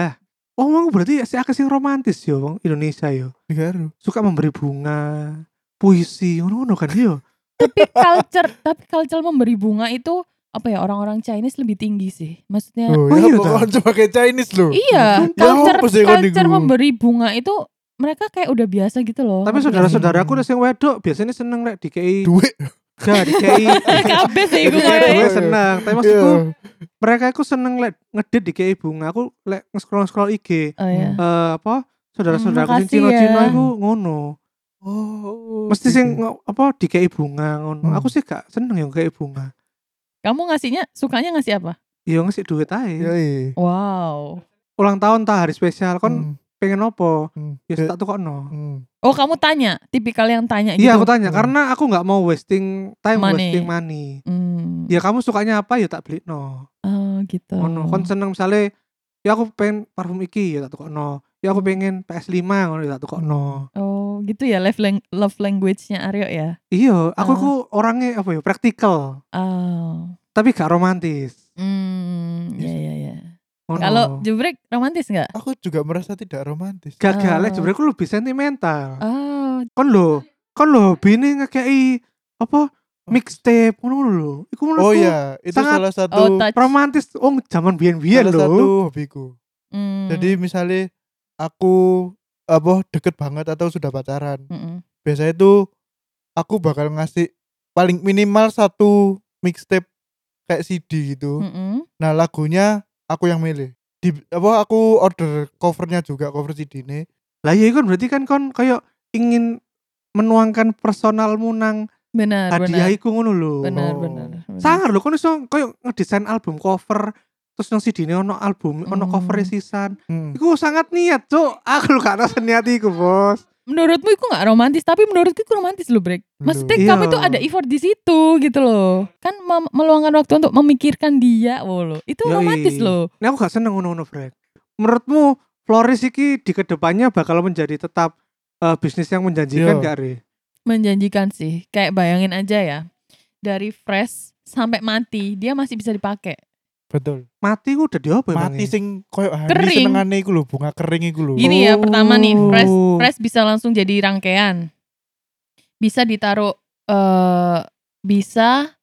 Speaker 1: Alhamdulillah. Oh, wong berarti saya sing romantis yo wong Indonesia yo.
Speaker 2: Negara.
Speaker 1: Suka memberi bunga, puisi, ngono-ngono kan yo.
Speaker 3: Tapi culture, tapi culture memberi bunga itu apa ya orang-orang Chinese lebih tinggi sih. Maksudnya
Speaker 2: Oh,
Speaker 1: Oh, iya,
Speaker 2: iya,
Speaker 1: toh.
Speaker 2: pokoknya cuma kayak Chinese loh.
Speaker 3: Eh, iya,
Speaker 2: Ya,
Speaker 3: culture
Speaker 2: apa sih yang kau
Speaker 3: culture
Speaker 2: digu?
Speaker 3: memberi bunga itu mereka kayak udah biasa gitu loh.
Speaker 1: Tapi
Speaker 3: iya.
Speaker 1: saudara-saudaraku udah yang wedok biasanya seneng rek dikei
Speaker 2: Duit.
Speaker 1: ya dikei.
Speaker 3: Kabeh sih gue
Speaker 1: Dikei
Speaker 3: kayak.
Speaker 1: duwe seneng. Tapi maksudku
Speaker 3: Iya.
Speaker 2: Ya.
Speaker 1: mereka aku seneng lek ngedit dikei bunga. Aku lek nge-scroll-scroll IG.
Speaker 3: Oh iya.
Speaker 1: Eh apa? Saudara-saudaraku sing
Speaker 3: makasih ya.
Speaker 1: Cina-Cina iku ngono.
Speaker 2: Oh.
Speaker 1: Mesti sing nge- apa dikei bunga ngono.
Speaker 2: Hmm.
Speaker 1: Aku sih gak seneng yang kei bunga.
Speaker 3: Kamu ngasihnya sukanya ngasih apa?
Speaker 1: Iya ngasih duit
Speaker 2: Iya,
Speaker 1: aja.
Speaker 2: iya.
Speaker 3: Wow.
Speaker 1: Ulang tahun ta hari spesial kon pengen opo?
Speaker 2: Hmm,
Speaker 1: Ya
Speaker 2: hmm,
Speaker 1: tak tukokno.
Speaker 2: hmm.
Speaker 3: Oh kamu tanya, tipikal yang tanya gitu.
Speaker 1: Iya aku tanya
Speaker 2: Hmm.
Speaker 1: karena aku nggak mau wasting time
Speaker 3: Money.
Speaker 1: wasting money.
Speaker 3: Hmm.
Speaker 1: Ya kamu sukanya apa ya tak beli no.
Speaker 3: Oh gitu.
Speaker 1: Ono kon seneng misalnya ya aku pengen parfum iki ya tak tukokno. Ya aku pengen PS5 ngono ya tak tukokno.
Speaker 3: Oh gitu ya love, lang- love language-nya Aryo ya.
Speaker 1: Iya, aku
Speaker 3: Ah.
Speaker 1: ku orangnya apa ya praktikal
Speaker 3: Oh.
Speaker 1: tapi gak romantis.
Speaker 3: Hmm, ya ya ya.
Speaker 1: Ngono.
Speaker 3: Kalau Jubrek romantis nggak?
Speaker 2: Aku juga merasa tidak romantis.
Speaker 1: gak galak
Speaker 3: Ah.
Speaker 1: sebenarnya aku lebih sentimental.
Speaker 3: Oh,
Speaker 1: Kon Kan lho, kon lho bini ngekei apa mixtape ngono lho. Iku menurutku
Speaker 2: Oh iya, itu
Speaker 1: sangat- Iya,
Speaker 2: salah
Speaker 3: oh
Speaker 2: satu
Speaker 3: touch.
Speaker 1: romantis wong zaman biyen-biyen
Speaker 2: salah satu
Speaker 1: lho.
Speaker 2: hobiku.
Speaker 3: Hmm.
Speaker 2: Jadi misalnya aku apa deket banget atau sudah pacaran,
Speaker 3: Mm-mm.
Speaker 2: biasanya itu aku bakal ngasih paling minimal satu mixtape kayak CD gitu.
Speaker 3: Mm-mm.
Speaker 2: Nah lagunya aku yang milih. Di apa aku order covernya juga cover CD ini.
Speaker 1: Lah iya kon berarti kan kon kayak ingin menuangkan personalmu nang
Speaker 3: Benar,
Speaker 1: hadiah
Speaker 3: benar.
Speaker 1: iku ngono lho.
Speaker 3: Benar,
Speaker 2: Oh.
Speaker 3: benar. benar.
Speaker 1: Sangar lho kon iso koyo ngedesain album cover terus nang CD-ne ono album ono
Speaker 3: Hmm.
Speaker 1: cover sisan.
Speaker 2: Hmm.
Speaker 1: Iku sangat niat, Cuk. Aku lho gak tau seniat iku, Bos.
Speaker 3: Menurutmu itu nggak romantis, tapi menurutku itu romantis loh, Brek. Maksudnya
Speaker 1: Iya.
Speaker 3: kamu itu ada effort di situ gitu loh. Kan mem- meluangkan waktu untuk memikirkan dia, wow loh. Itu
Speaker 1: Yoi.
Speaker 3: romantis loh.
Speaker 1: Ini aku gak seneng ngono-ngono, Brek. Menurutmu Floris iki di kedepannya bakal menjadi tetap eh, bisnis yang menjanjikan
Speaker 2: Iya.
Speaker 1: gak, Re?
Speaker 3: menjanjikan sih. Kayak bayangin aja ya, dari fresh sampai mati dia masih bisa dipakai.
Speaker 2: Betul.
Speaker 1: Mati ku udah diapa emangnya?
Speaker 2: Mati sing koyo
Speaker 3: Kering.
Speaker 2: hari senengane iku lho, bunga kering iku lho.
Speaker 3: Gini ya, pertama nih, fresh
Speaker 1: Oh.
Speaker 3: fresh bisa langsung jadi rangkaian. Bisa ditaruh eh bisa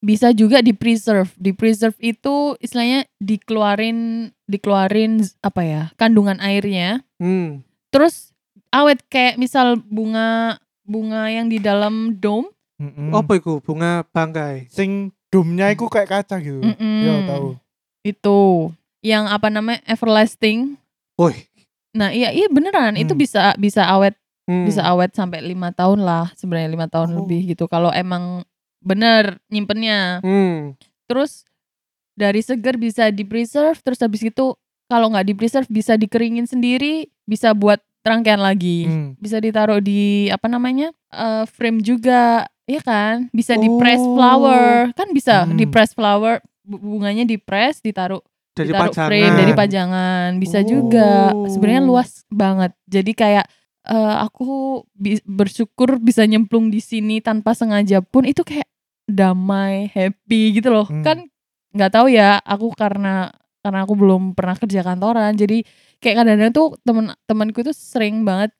Speaker 3: bisa juga di preserve. Di preserve itu istilahnya dikeluarin dikeluarin apa ya? kandungan airnya.
Speaker 1: Hmm.
Speaker 3: Terus awet kayak misal bunga bunga yang di dalam dome.
Speaker 2: Mm-mm.
Speaker 1: Apa iku bunga bangkai?
Speaker 2: sing domnya iku
Speaker 3: Hmm.
Speaker 2: kayak kaca gitu.
Speaker 3: Mm-mm.
Speaker 2: Ya tahu.
Speaker 3: Itu yang apa namanya everlasting
Speaker 1: Woi.
Speaker 3: Nah iya iya beneran itu
Speaker 2: Hmm.
Speaker 3: bisa bisa awet
Speaker 1: Hmm.
Speaker 3: bisa awet sampai lima tahun lah sebenarnya lima tahun
Speaker 2: Oh.
Speaker 3: lebih gitu kalau emang bener nyimpennya
Speaker 1: Hmm.
Speaker 3: terus dari seger bisa di preserve terus habis itu kalau nggak di preserve bisa dikeringin sendiri bisa buat rangkaian lagi
Speaker 2: Hmm.
Speaker 3: bisa ditaruh di apa namanya eh, frame juga ya kan bisa di press
Speaker 1: Oh.
Speaker 3: flower kan bisa
Speaker 2: Hmm.
Speaker 3: di press flower bu- bunganya di press ditaruh
Speaker 1: Dari
Speaker 3: ditaruh
Speaker 1: pajangan.
Speaker 3: frame dari pajangan bisa juga
Speaker 1: Oh.
Speaker 3: sebenarnya luas banget jadi kayak eh, aku bi- bersyukur bisa nyemplung di sini tanpa sengaja pun itu kayak damai happy gitu loh
Speaker 2: Hmm.
Speaker 3: kan nggak tahu ya aku karena karena aku belum pernah kerja kantoran jadi kayak kadang-kadang tuh temen-temanku tuh sering banget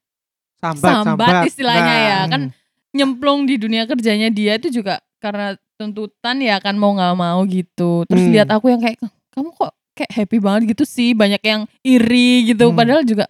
Speaker 1: sambat,
Speaker 3: sambat
Speaker 1: sambat.
Speaker 3: istilahnya ya.
Speaker 1: Nah,
Speaker 3: kan
Speaker 2: Hmm.
Speaker 3: nyemplung di dunia kerjanya dia itu juga karena tuntutan ya kan mau nggak mau gitu terus
Speaker 1: Hmm.
Speaker 3: lihat aku yang kayak kamu kok kayak happy banget gitu sih banyak yang iri gitu
Speaker 2: Hmm.
Speaker 3: padahal juga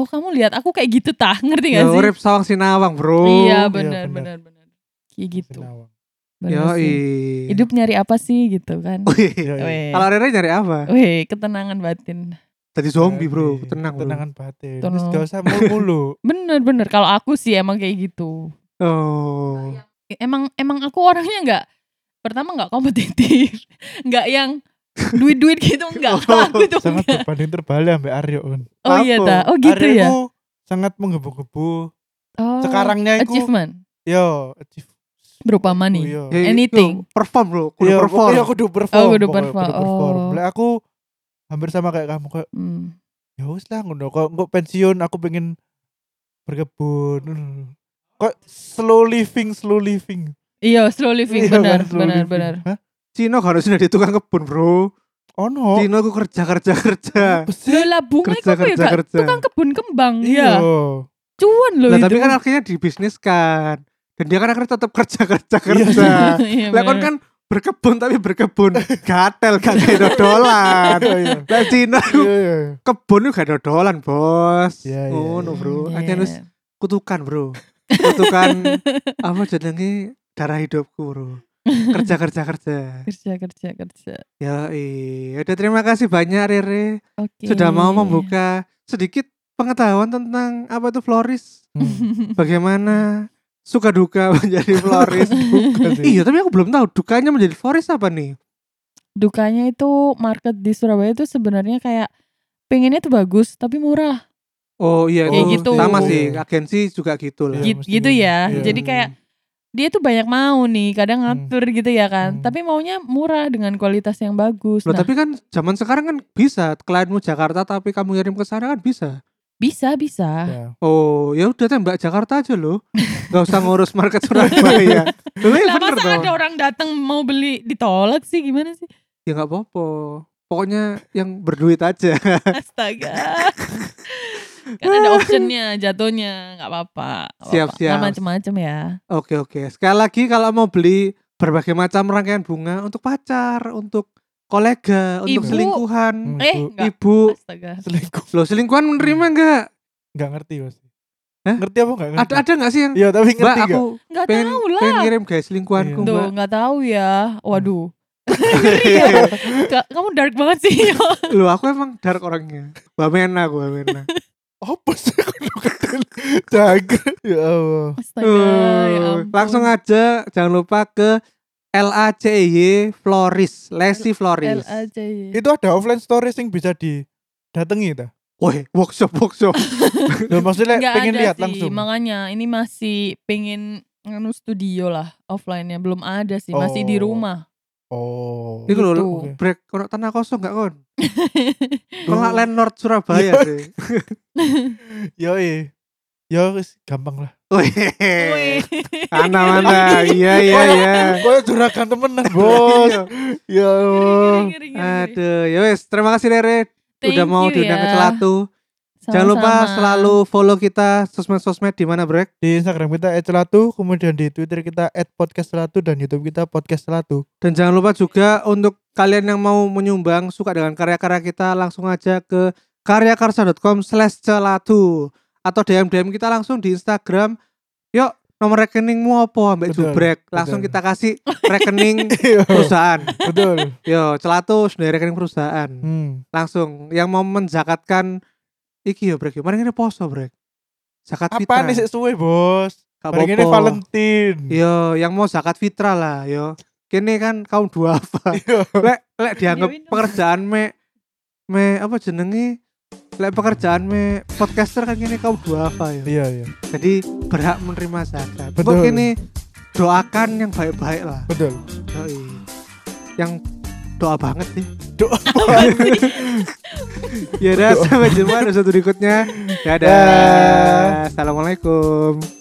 Speaker 3: oh kamu lihat aku kayak gitu tah ngerti
Speaker 1: Ya
Speaker 3: gak sih
Speaker 1: urip Oh, sawang sinawang, Bro.
Speaker 3: iya
Speaker 2: iya,
Speaker 3: benar benar
Speaker 2: benar.
Speaker 3: benar kayak gitu
Speaker 2: Sinawang.
Speaker 3: Bener
Speaker 1: Yo.
Speaker 3: sih. hidup nyari apa sih gitu kan
Speaker 2: Iya, iya.
Speaker 3: Weh.
Speaker 1: Kalau Rere nyari apa?
Speaker 3: Weh, ketenangan batin
Speaker 1: Tadi zombie, Bro. Tenang, Bro.
Speaker 2: Tenangan batin.
Speaker 3: Tenang.
Speaker 2: Terus gak usah mulu.
Speaker 3: bener bener kalau aku sih emang kayak gitu
Speaker 1: Oh.
Speaker 3: emang emang aku orangnya nggak pertama nggak kompetitif nggak yang duit duit gitu nggak
Speaker 1: Oh,
Speaker 3: aku tuh
Speaker 2: sangat
Speaker 3: nggak.
Speaker 2: berbanding terbalik ambek Aryo. Un.
Speaker 3: oh iya
Speaker 1: apa?
Speaker 3: ta oh gitu
Speaker 2: Aryo
Speaker 3: ya
Speaker 2: ku sangat menggebu-gebu.
Speaker 3: oh,
Speaker 2: Sekarangnya iku
Speaker 3: achievement
Speaker 2: yo achieve-
Speaker 3: berupa
Speaker 2: Oh,
Speaker 3: money.
Speaker 2: iya.
Speaker 1: Ya, itu
Speaker 3: Anything.
Speaker 1: perform bro, kudu
Speaker 2: Iya,
Speaker 1: perform.
Speaker 2: pokoknya kudu perform.
Speaker 3: Oh, kudu
Speaker 2: pokoknya
Speaker 3: perform. Oh.
Speaker 2: Lah aku hampir sama kayak kamu kayak
Speaker 3: Hmm.
Speaker 2: ya wis lah ngono kok kok pensiun aku pengen berkebun. Hmm. Kok slow living, slow living.
Speaker 3: Iya, slow living
Speaker 2: Iya, kan,
Speaker 3: benar,
Speaker 2: slow
Speaker 3: benar,
Speaker 2: living.
Speaker 3: benar.
Speaker 2: Hah?
Speaker 1: Cino harus jadi tukang kebun bro.
Speaker 2: Oh no.
Speaker 1: Cino aku kerja kerja kerja.
Speaker 2: Apa sih?
Speaker 3: Loh lah bunga
Speaker 1: Kerja,
Speaker 3: iku ya
Speaker 1: kerja,
Speaker 3: Kak?
Speaker 1: kerja.
Speaker 3: tukang kebun kembang
Speaker 2: Iya.
Speaker 3: ya. Cuan loh
Speaker 1: Lah
Speaker 3: itu.
Speaker 1: tapi kan akhirnya dibisniskan. Dan dia kan akhirnya tetap kerja kerja
Speaker 2: Iya sih.
Speaker 1: kerja.
Speaker 3: Iya,
Speaker 1: Lah kon
Speaker 3: benar.
Speaker 1: kan berkebun tapi berkebun gatel gak kayak dodolan.
Speaker 2: Iya, iya.
Speaker 1: Lah Cino aku
Speaker 2: Iya, iya.
Speaker 1: kebun juga dodolan bos.
Speaker 2: Iya, iya,
Speaker 1: oh no
Speaker 2: iya.
Speaker 1: bro,
Speaker 3: Hmm,
Speaker 1: aja
Speaker 3: iya.
Speaker 1: harus kutukan bro. Kutukan apa jenenge darah hidupku bro. Kerja kerja kerja.
Speaker 3: kerja kerja kerja.
Speaker 1: Ya iya. Udah terima kasih banyak Rere
Speaker 3: Oke.
Speaker 2: Iya.
Speaker 1: sudah mau membuka sedikit pengetahuan tentang apa itu floris,
Speaker 2: Hmm.
Speaker 1: bagaimana suka duka menjadi floris.
Speaker 2: Bukan sih.
Speaker 1: iya tapi aku belum tahu dukanya menjadi floris apa nih.
Speaker 3: Dukanya itu market di Surabaya itu sebenarnya kayak pengennya tuh bagus tapi murah
Speaker 1: Oh iya itu
Speaker 3: Kayak gitu.
Speaker 1: sama sih Iya. agensi juga gitu lah.
Speaker 2: Iya,
Speaker 3: Git-
Speaker 2: mesti
Speaker 3: gitu
Speaker 2: murah.
Speaker 3: ya.
Speaker 2: Iya.
Speaker 3: Jadi kayak dia tuh banyak mau nih, kadang
Speaker 2: Hmm.
Speaker 3: ngatur gitu ya kan.
Speaker 2: Hmm.
Speaker 3: Tapi maunya murah dengan kualitas yang bagus.
Speaker 1: Loh,
Speaker 3: Nah,
Speaker 1: tapi kan zaman sekarang kan bisa klienmu Jakarta tapi kamu ngirim ke sana kan bisa.
Speaker 3: bisa bisa.
Speaker 2: Ya.
Speaker 1: Oh, ya udah tembak Jakarta aja loh. Gak usah ngurus market Surabaya. Loh, ya
Speaker 3: Lah
Speaker 1: bener
Speaker 3: masa
Speaker 1: dong.
Speaker 3: ada orang datang mau beli ditolak sih gimana sih?
Speaker 1: Ya gak apa-apa. Pokoknya yang berduit aja.
Speaker 3: Astaga. kan ada optionnya jatuhnya nggak apa-apa. nggak apa-apa.
Speaker 1: Siap-siap.
Speaker 3: Nggak macem-macem ya.
Speaker 1: Oke, oke. Sekali lagi kalau mau beli berbagai macam rangkaian bunga untuk pacar, untuk kolega, untuk
Speaker 3: Ibu.
Speaker 1: selingkuhan,
Speaker 2: Hmm,
Speaker 3: Eh,
Speaker 2: itu
Speaker 3: enggak.
Speaker 1: ibu.
Speaker 3: Astaga.
Speaker 2: selingkuh.
Speaker 1: Loh, selingkuhan menerima
Speaker 2: Hmm.
Speaker 1: nggak?
Speaker 2: Enggak ngerti, Mas.
Speaker 1: Hah?
Speaker 2: Ngerti apa enggak ngerti?
Speaker 1: Ada ada nggak sih yang
Speaker 2: Iya, tapi
Speaker 1: Mbak
Speaker 2: ngerti enggak?
Speaker 1: aku
Speaker 3: Nggak
Speaker 1: pengen,
Speaker 3: tahu
Speaker 1: pengen
Speaker 3: lah.
Speaker 1: ngirim guys selingkuhanku,
Speaker 2: Iya.
Speaker 3: Tuh,
Speaker 1: Mbak.
Speaker 3: nggak tahu ya. Waduh. Ngeri ya. Ka- Kamu dark banget sih.
Speaker 1: Loh, aku emang dark orangnya. Mbak Mena aku, Mbak Mena.
Speaker 2: Apa sih kudu ketel? Jaga. Ya Allah.
Speaker 3: Astaga. ya
Speaker 1: Eh,
Speaker 3: ampun.
Speaker 1: langsung aja jangan lupa ke LACY Floris, Lesi Floris.
Speaker 3: LACY.
Speaker 2: Itu ada offline stories yang bisa didatangi ta?
Speaker 1: Woi, workshop workshop.
Speaker 2: Loh, maksudnya
Speaker 3: Nggak
Speaker 2: pengen
Speaker 3: ada
Speaker 2: lihat
Speaker 3: sih,
Speaker 2: langsung.
Speaker 3: Makanya ini masih pengen nganu studio lah offline-nya belum ada sih, masih di
Speaker 2: Oh.
Speaker 3: rumah.
Speaker 2: Oh.
Speaker 1: Ini
Speaker 3: Gitu.
Speaker 1: loh break kono tanah kosong gak kon? Kena
Speaker 2: Tuh.
Speaker 1: landlord
Speaker 2: Iya.
Speaker 1: Surabaya sih.
Speaker 2: Yo eh. Yo wis, gampang lah.
Speaker 1: Woi.
Speaker 3: Wih.
Speaker 1: Mana mana. Iya iya iya.
Speaker 2: Kayak juragan temenan, Bos.
Speaker 1: Iya.
Speaker 2: Ya Allah.
Speaker 3: Ngeri, ngeri, ngeri, ngeri.
Speaker 1: Aduh, ya wes, terima kasih Rere udah
Speaker 3: Thank
Speaker 1: mau
Speaker 3: you
Speaker 1: diundang ke
Speaker 3: ya.
Speaker 1: Celatu. Jangan lupa
Speaker 3: Sama-sama.
Speaker 1: selalu follow kita sosmed-sosmed di mana Brek.
Speaker 2: Di Instagram kita @celatu, kemudian di Twitter kita @podcastcelatu dan YouTube kita podcastcelatu.
Speaker 1: Dan jangan lupa juga untuk kalian yang mau menyumbang suka dengan karya-karya kita langsung aja ke karyakarsa.com slash celatu atau DM-DM kita langsung di Instagram yuk nomor rekeningmu apa Mbak
Speaker 2: Betul,
Speaker 1: Jubrek langsung
Speaker 2: betul.
Speaker 1: kita kasih rekening
Speaker 2: Iya,
Speaker 1: perusahaan
Speaker 2: betul.
Speaker 1: yo celatu sudah rekening perusahaan
Speaker 2: Hmm.
Speaker 1: langsung yang mau menjakatkan iki yo Brek yo mari ngene poso Brek zakat
Speaker 2: Apa
Speaker 1: fitrah
Speaker 2: nih sih suwe, Bos?
Speaker 1: Gak
Speaker 2: Hari ini
Speaker 1: apa-apa.
Speaker 2: Valentine.
Speaker 1: yo yang mau zakat fitrah lah yo kini kan kaum duafa
Speaker 2: Iya.
Speaker 1: lek lek dianggap
Speaker 3: Iya, Win.
Speaker 1: pekerjaan me me apa jenenge lek pekerjaan me podcaster kan gini kau dua apa ya
Speaker 2: Iya, iya.
Speaker 1: jadi berhak menerima zakat
Speaker 2: Betul.
Speaker 1: Untuk ini doakan yang baik-baik lah
Speaker 2: Betul.
Speaker 1: Yoi. yang doa banget sih
Speaker 2: Doa
Speaker 1: ya udah sampai jumpa di episode berikutnya dadah
Speaker 2: Dah.
Speaker 1: assalamualaikum